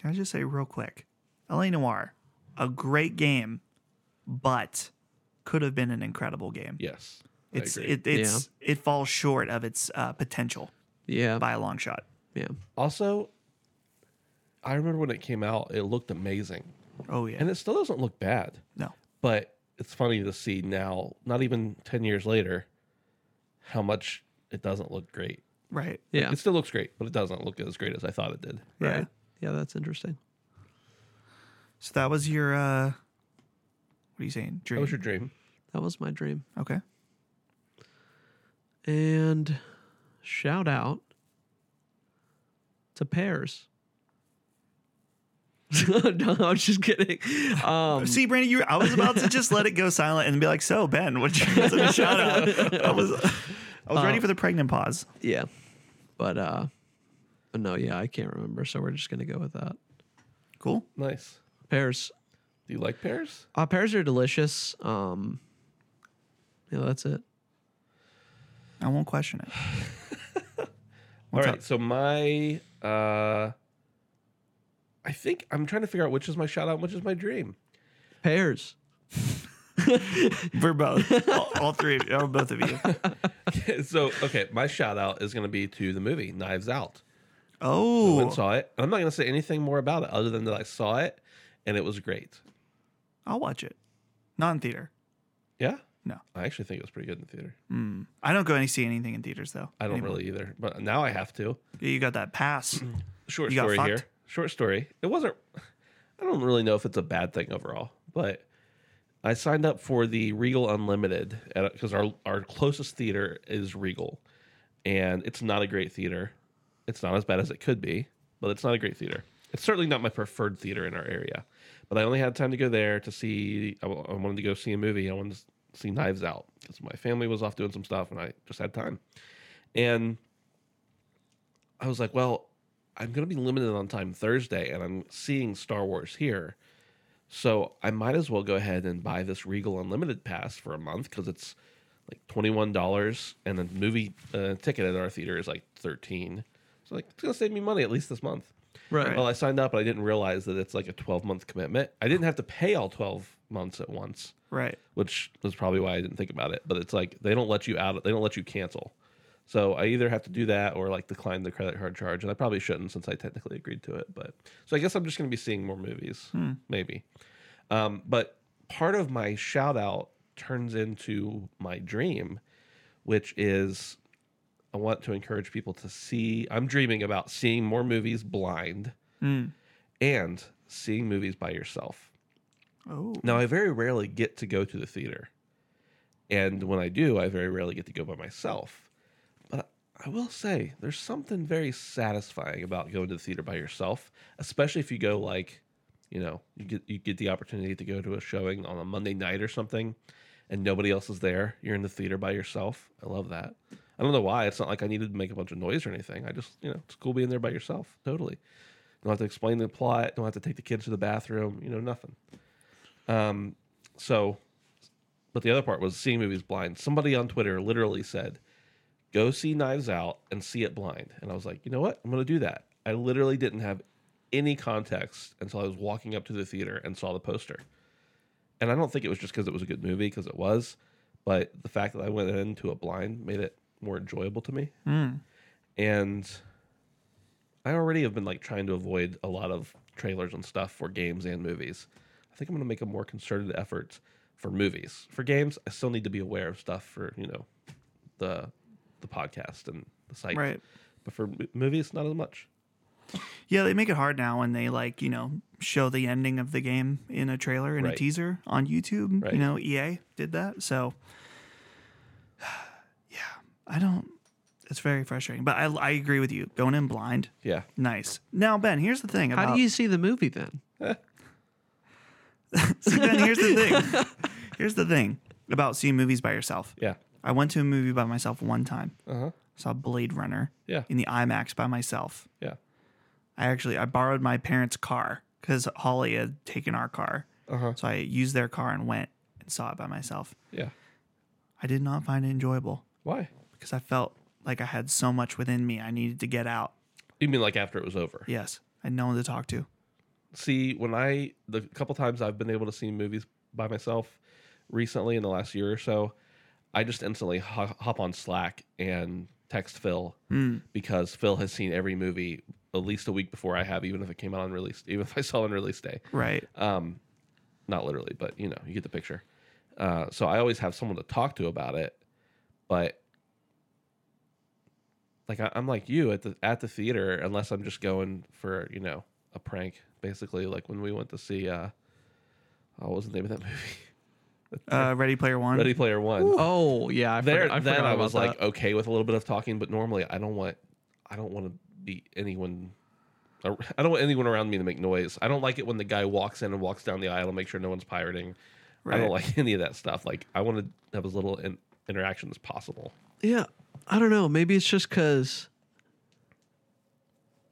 Speaker 1: Can I just say real quick? LA Noir, a great game, but could have been an incredible game.
Speaker 3: Yes. I
Speaker 1: it's
Speaker 3: agree.
Speaker 1: it it's it falls short of its uh, potential
Speaker 2: yeah
Speaker 1: by a long shot.
Speaker 2: yeah
Speaker 3: also. I remember when it came out, it looked amazing,
Speaker 1: Oh yeah,
Speaker 3: and it still doesn't look bad.
Speaker 1: no,
Speaker 3: But it's funny to see now, not even ten years later, how much it doesn't look great.
Speaker 1: right,
Speaker 2: yeah
Speaker 3: It still looks great, but it doesn't look as great as I thought it did.
Speaker 1: yeah.
Speaker 2: right yeah that's interesting
Speaker 1: So that was your uh, what are you saying?
Speaker 3: That
Speaker 1: Dream.
Speaker 3: was your dream.
Speaker 2: That was my dream.
Speaker 1: okay.
Speaker 2: And shout out to Pears. [laughs] no, I'm just kidding. Um,
Speaker 1: See, Brandon, you I was about to just let it go silent and be like, "So Ben, what you give us a shout out?" I was I was ready
Speaker 3: Uh,
Speaker 1: for the pregnant pause.
Speaker 2: yeah, but uh, but no, yeah, I can't remember. So we're just gonna go with that.
Speaker 1: Cool.
Speaker 3: Nice.
Speaker 2: Pears,
Speaker 3: Do you like pears?
Speaker 2: Uh, pears are delicious. Um, yeah, that's it.
Speaker 1: I won't question it.
Speaker 3: All [sighs]
Speaker 1: What's
Speaker 3: right.
Speaker 1: up?
Speaker 3: So my, uh, I think I'm trying to figure out which is my shout out, and which is my dream. [laughs]
Speaker 2: Pears.
Speaker 1: We're both, [laughs] all, all three, of you, or both of you.
Speaker 3: so okay, my shout out is going to be to the movie Knives Out. I
Speaker 1: [laughs]
Speaker 3: went
Speaker 1: Oh,
Speaker 3: and saw it. I'm not going to say anything more about it other than that I saw it and it was great.
Speaker 1: I'll watch it. Not in theater.
Speaker 3: Yeah.
Speaker 1: No.
Speaker 3: I actually think it was pretty good in the theater.
Speaker 1: Mm. I don't go and see anything in theaters though.
Speaker 3: I don't
Speaker 1: Anymore.
Speaker 3: really either, but now I have to.
Speaker 1: You got that pass.
Speaker 3: Short
Speaker 1: You got
Speaker 3: story
Speaker 1: fucked?
Speaker 3: here. Short story. It wasn't. I don't really know if it's a bad thing overall, but I signed up for the Regal Unlimited because our our closest theater is Regal, and it's not a great theater. It's not as bad as it could be, but it's not a great theater. It's certainly not my preferred theater in our area. But I only had time to go there to see. I wa- I wanted to go see a movie. I wanted to see Knives Out because my family was off doing some stuff, and I just had time. And I was like, well, I'm going to be limited on time Thursday, and I'm seeing Star Wars here. So I might as well go ahead and buy this Regal Unlimited pass for a month because it's like $21, and the movie uh, ticket at our theater is like 13 So like, it's going to save me money at least this month.
Speaker 2: Right.
Speaker 3: Well, I signed up, and I didn't realize that it's like a 12 month commitment. I didn't have to pay all 12 months at once
Speaker 1: Right.
Speaker 3: which was probably why I didn't think about it. But it's like they don't let you out. They don't let you cancel. So I either have to do that or like decline the credit card charge, and I probably shouldn't since I technically agreed to it. But so I guess I'm just going to be seeing more movies, maybe. Um, but part of my shout out turns into my dream, which is I want to encourage people to see. I'm dreaming about seeing more movies blind
Speaker 1: Mm.
Speaker 3: and seeing movies by yourself.
Speaker 1: Oh,
Speaker 3: Now, I very rarely get to go to the theater. And when I do, I very rarely get to go by myself. But I will say, there's something very satisfying about going to the theater by yourself, especially if you go like, you know, you get you get the opportunity to go to a showing on a Monday night or something and nobody else is there. You're in the theater by yourself. I love that. I don't know why. It's not like I needed to make a bunch of noise or anything. I just, you know, it's cool being there by yourself. Totally. Don't have to explain the plot. Don't have to take the kids to the bathroom. You know, nothing. Um, so, but the other part was seeing movies blind. Somebody on Twitter literally said, "Go see Knives Out and see it blind," and I was like, "You know what? I'm going to do that." I literally didn't have any context until I was walking up to the theater and saw the poster. And I don't think it was just because it was a good movie, because it was, but the fact that I went into it blind made it more enjoyable to me. And I already have been like trying to avoid a lot of trailers and stuff for games and movies. I think I'm going to make a more concerted effort for movies. For games, I still need to be aware of stuff for you know the the podcast and the site.
Speaker 1: right.
Speaker 3: But for m- movies, not as much.
Speaker 1: Yeah, they make it hard now when they like you know show the ending of the game in a trailer and
Speaker 3: Right.
Speaker 1: a teaser on YouTube.
Speaker 3: Right.
Speaker 1: You know, EA did that, so [sighs] yeah, I don't. It's very frustrating, but I, I agree with you. Going in blind,
Speaker 3: Yeah.
Speaker 1: nice. Now, Ben, here's the thing. About,
Speaker 2: How do you see the movie then?
Speaker 1: See, Ben, here's the thing.
Speaker 3: [laughs]
Speaker 1: here's the thing about seeing movies by yourself.
Speaker 3: Yeah.
Speaker 1: I went to a movie by myself one time.
Speaker 3: Uh huh.
Speaker 1: Saw Blade Runner
Speaker 3: Yeah.
Speaker 1: in the IMAX by myself.
Speaker 3: Yeah.
Speaker 1: I actually I borrowed my parents' car because Holly had taken our car,
Speaker 3: Uh huh.
Speaker 1: so I used their car and went and saw it by myself.
Speaker 3: Yeah.
Speaker 1: I did not find it enjoyable
Speaker 3: Why?
Speaker 1: because I felt like I had so much within me I needed to get out.
Speaker 3: You mean like after it was over?
Speaker 1: Yes, I had no one to talk to.
Speaker 3: see when I the couple times I've been able to see movies by myself recently in the last year or so, I just instantly ho- hop on Slack and text Phil because Phil has seen every movie at least a week before I have, even if it came out on release, even if I saw it on release day.
Speaker 1: Right.
Speaker 3: Um, not literally, but you know, you get the picture. Uh, so I always have someone to talk to about it, but like I, I'm like you at the at the theater, unless I'm just going for you know a prank, basically. Like when we went to see, uh, oh, what was the name of that [laughs] movie?
Speaker 1: Uh, Ready Player One.
Speaker 3: Ready Player One.
Speaker 2: Oh yeah, I
Speaker 3: there,
Speaker 2: forgot, I forgot
Speaker 3: then I
Speaker 2: about
Speaker 3: was like
Speaker 2: that.
Speaker 3: okay with a little bit of talking, but normally I don't want, I don't want to be anyone. I I don't want anyone around me to make noise. I don't like it when the guy walks in and walks down the aisle and make sure no one's pirating. I
Speaker 1: Right.
Speaker 3: don't like [laughs] any of that stuff. Like I want to have as little in- interaction as possible.
Speaker 2: yeah, I don't know. Maybe it's just because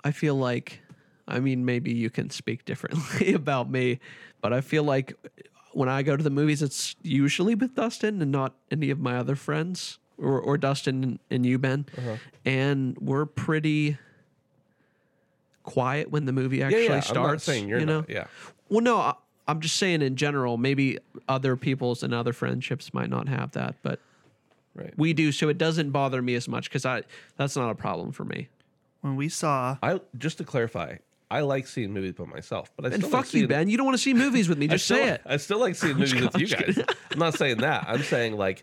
Speaker 2: I feel like I mean, maybe you can speak differently [laughs] about me, but I feel like when I go to the movies, it's usually with Dustin and not any of my other friends or, or Dustin and you, Ben.
Speaker 3: Uh-huh.
Speaker 2: And we're pretty quiet when the movie
Speaker 3: Yeah,
Speaker 2: actually
Speaker 3: yeah.
Speaker 2: starts.
Speaker 3: I'm not saying you're
Speaker 2: you know?
Speaker 3: not. Yeah.
Speaker 2: Well, no, I, I'm just saying in general, maybe other people's and other friendships might not have that, but
Speaker 3: Right.
Speaker 2: we do. So it doesn't bother me as much because I that's not a problem for me.
Speaker 1: When we saw
Speaker 3: I just to clarify, I like seeing movies by myself, but I
Speaker 2: And
Speaker 3: still like
Speaker 2: fuck you,
Speaker 3: seeing-
Speaker 2: Ben. You don't want to see movies with me.
Speaker 3: [laughs] I
Speaker 2: Just
Speaker 3: still,
Speaker 2: say it.
Speaker 3: I still
Speaker 2: [laughs]
Speaker 3: like seeing movies with you guys. I'm not saying that. I'm saying like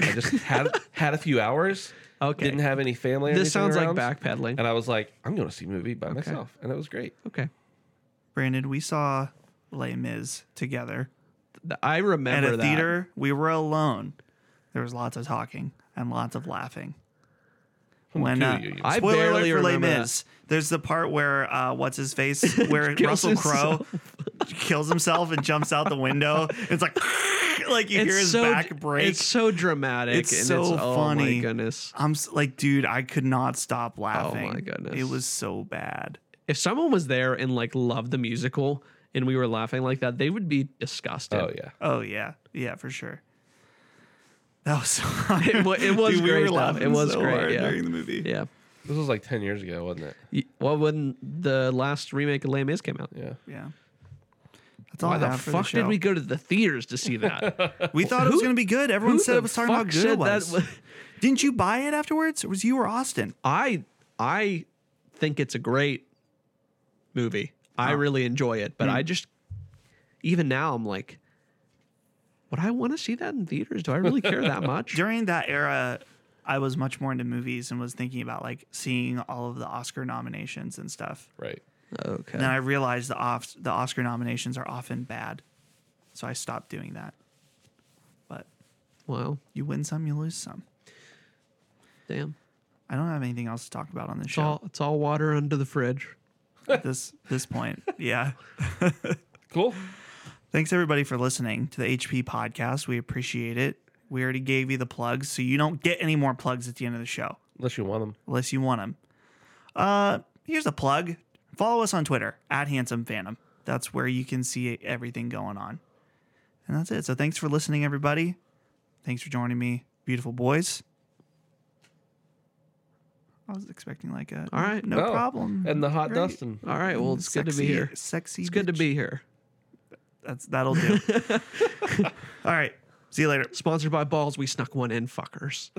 Speaker 3: I just had had a few
Speaker 2: [laughs]
Speaker 3: hours.
Speaker 2: Oh, Okay.
Speaker 3: Didn't have any family. Or
Speaker 2: This
Speaker 3: anything
Speaker 2: sounds like
Speaker 3: around,
Speaker 2: backpedaling.
Speaker 3: And I was like, I'm going to see a movie by myself, and it was great.
Speaker 2: Okay.
Speaker 1: Brandon, we saw Les Mis together
Speaker 2: Th- I
Speaker 1: at
Speaker 2: remember
Speaker 1: a
Speaker 2: that.
Speaker 1: theater. We were alone. There was lots of talking and lots of laughing. When
Speaker 3: kill
Speaker 1: uh,
Speaker 3: you, you-
Speaker 2: I
Speaker 1: spoiler alert
Speaker 2: barely
Speaker 1: for Les
Speaker 2: remember that.
Speaker 1: Mis, there's the part where uh, what's his face,
Speaker 2: [laughs]
Speaker 1: where
Speaker 2: Kills
Speaker 1: Russell Crowe [laughs] kills himself and jumps out the window. It's like [laughs] like you
Speaker 2: It's
Speaker 1: hear his
Speaker 2: so,
Speaker 1: back break.
Speaker 2: It's so dramatic.
Speaker 1: It's
Speaker 2: and
Speaker 1: so
Speaker 2: it's, Oh
Speaker 1: funny.
Speaker 2: my goodness.
Speaker 1: I'm s- like, dude, I could not stop laughing.
Speaker 2: Oh goodness.
Speaker 1: it was so bad.
Speaker 2: If someone was there and like loved the musical and we were laughing like that, they would be disgusted.
Speaker 3: Oh yeah.
Speaker 1: Oh yeah, yeah, for sure. That was [laughs] so.
Speaker 2: It wa- it was
Speaker 1: Dude, we
Speaker 2: great,
Speaker 1: were
Speaker 2: though.
Speaker 1: laughing
Speaker 2: It was
Speaker 1: so
Speaker 2: great,
Speaker 1: hard
Speaker 2: yeah.
Speaker 1: during the movie.
Speaker 2: Yeah.
Speaker 3: This was like 10 years ago, wasn't it?
Speaker 2: Y- Well, when the last remake of Les Mis came out.
Speaker 3: Yeah.
Speaker 1: Yeah. That's all
Speaker 2: Why
Speaker 1: I
Speaker 2: the
Speaker 1: have for
Speaker 2: fuck
Speaker 1: the
Speaker 2: did
Speaker 1: show.
Speaker 2: we go to the theaters to
Speaker 1: [laughs]
Speaker 2: see that?
Speaker 1: We thought it was going to be good. Everyone
Speaker 2: Uh, Who
Speaker 1: said
Speaker 2: the
Speaker 1: it was talking about
Speaker 2: fuck
Speaker 1: good it
Speaker 2: said that
Speaker 1: was. Didn't you buy it afterwards? It was you or Austin?
Speaker 2: I I think it's a great movie. I really enjoy it,
Speaker 1: Hmm.
Speaker 2: but I just even now I'm like, would I want to see that in theaters? Do I really
Speaker 1: [laughs]
Speaker 2: care that much?
Speaker 1: During that era, I was much more into movies and was thinking about like seeing all of the Oscar nominations and stuff.
Speaker 3: Right.
Speaker 2: Okay.
Speaker 1: And then I realized the off the Oscar nominations are often bad, so I stopped doing that. But
Speaker 2: wow.
Speaker 1: you win some, you lose some.
Speaker 2: Damn.
Speaker 1: I don't have anything else to talk about on this
Speaker 2: It's
Speaker 1: show
Speaker 2: all it's all water under the fridge.
Speaker 1: at this this point.
Speaker 2: [laughs]
Speaker 1: Yeah.
Speaker 3: Cool.
Speaker 1: Thanks everybody for listening to the HP podcast. We appreciate it. We already gave you the plugs, so you don't get any more plugs at the end of the show
Speaker 3: Unless you want them.
Speaker 1: unless you want them. Uh, here's a plug. Follow us on Twitter at Handsome Phantom. That's where you can see everything going on. And that's it. So thanks for listening, everybody. Thanks for joining me, beautiful boys. I was expecting like a
Speaker 2: All right.
Speaker 1: no
Speaker 3: Oh,
Speaker 1: problem.
Speaker 3: And the hot
Speaker 1: Great.
Speaker 3: Dustin.
Speaker 2: All right. Well, it's good to
Speaker 1: Sexy-
Speaker 2: be here.
Speaker 1: Sexy.
Speaker 2: It's good to be here.
Speaker 1: That's that'll do. [laughs] All right. See you later.
Speaker 2: Sponsored by Balls, we snuck one in, fuckers.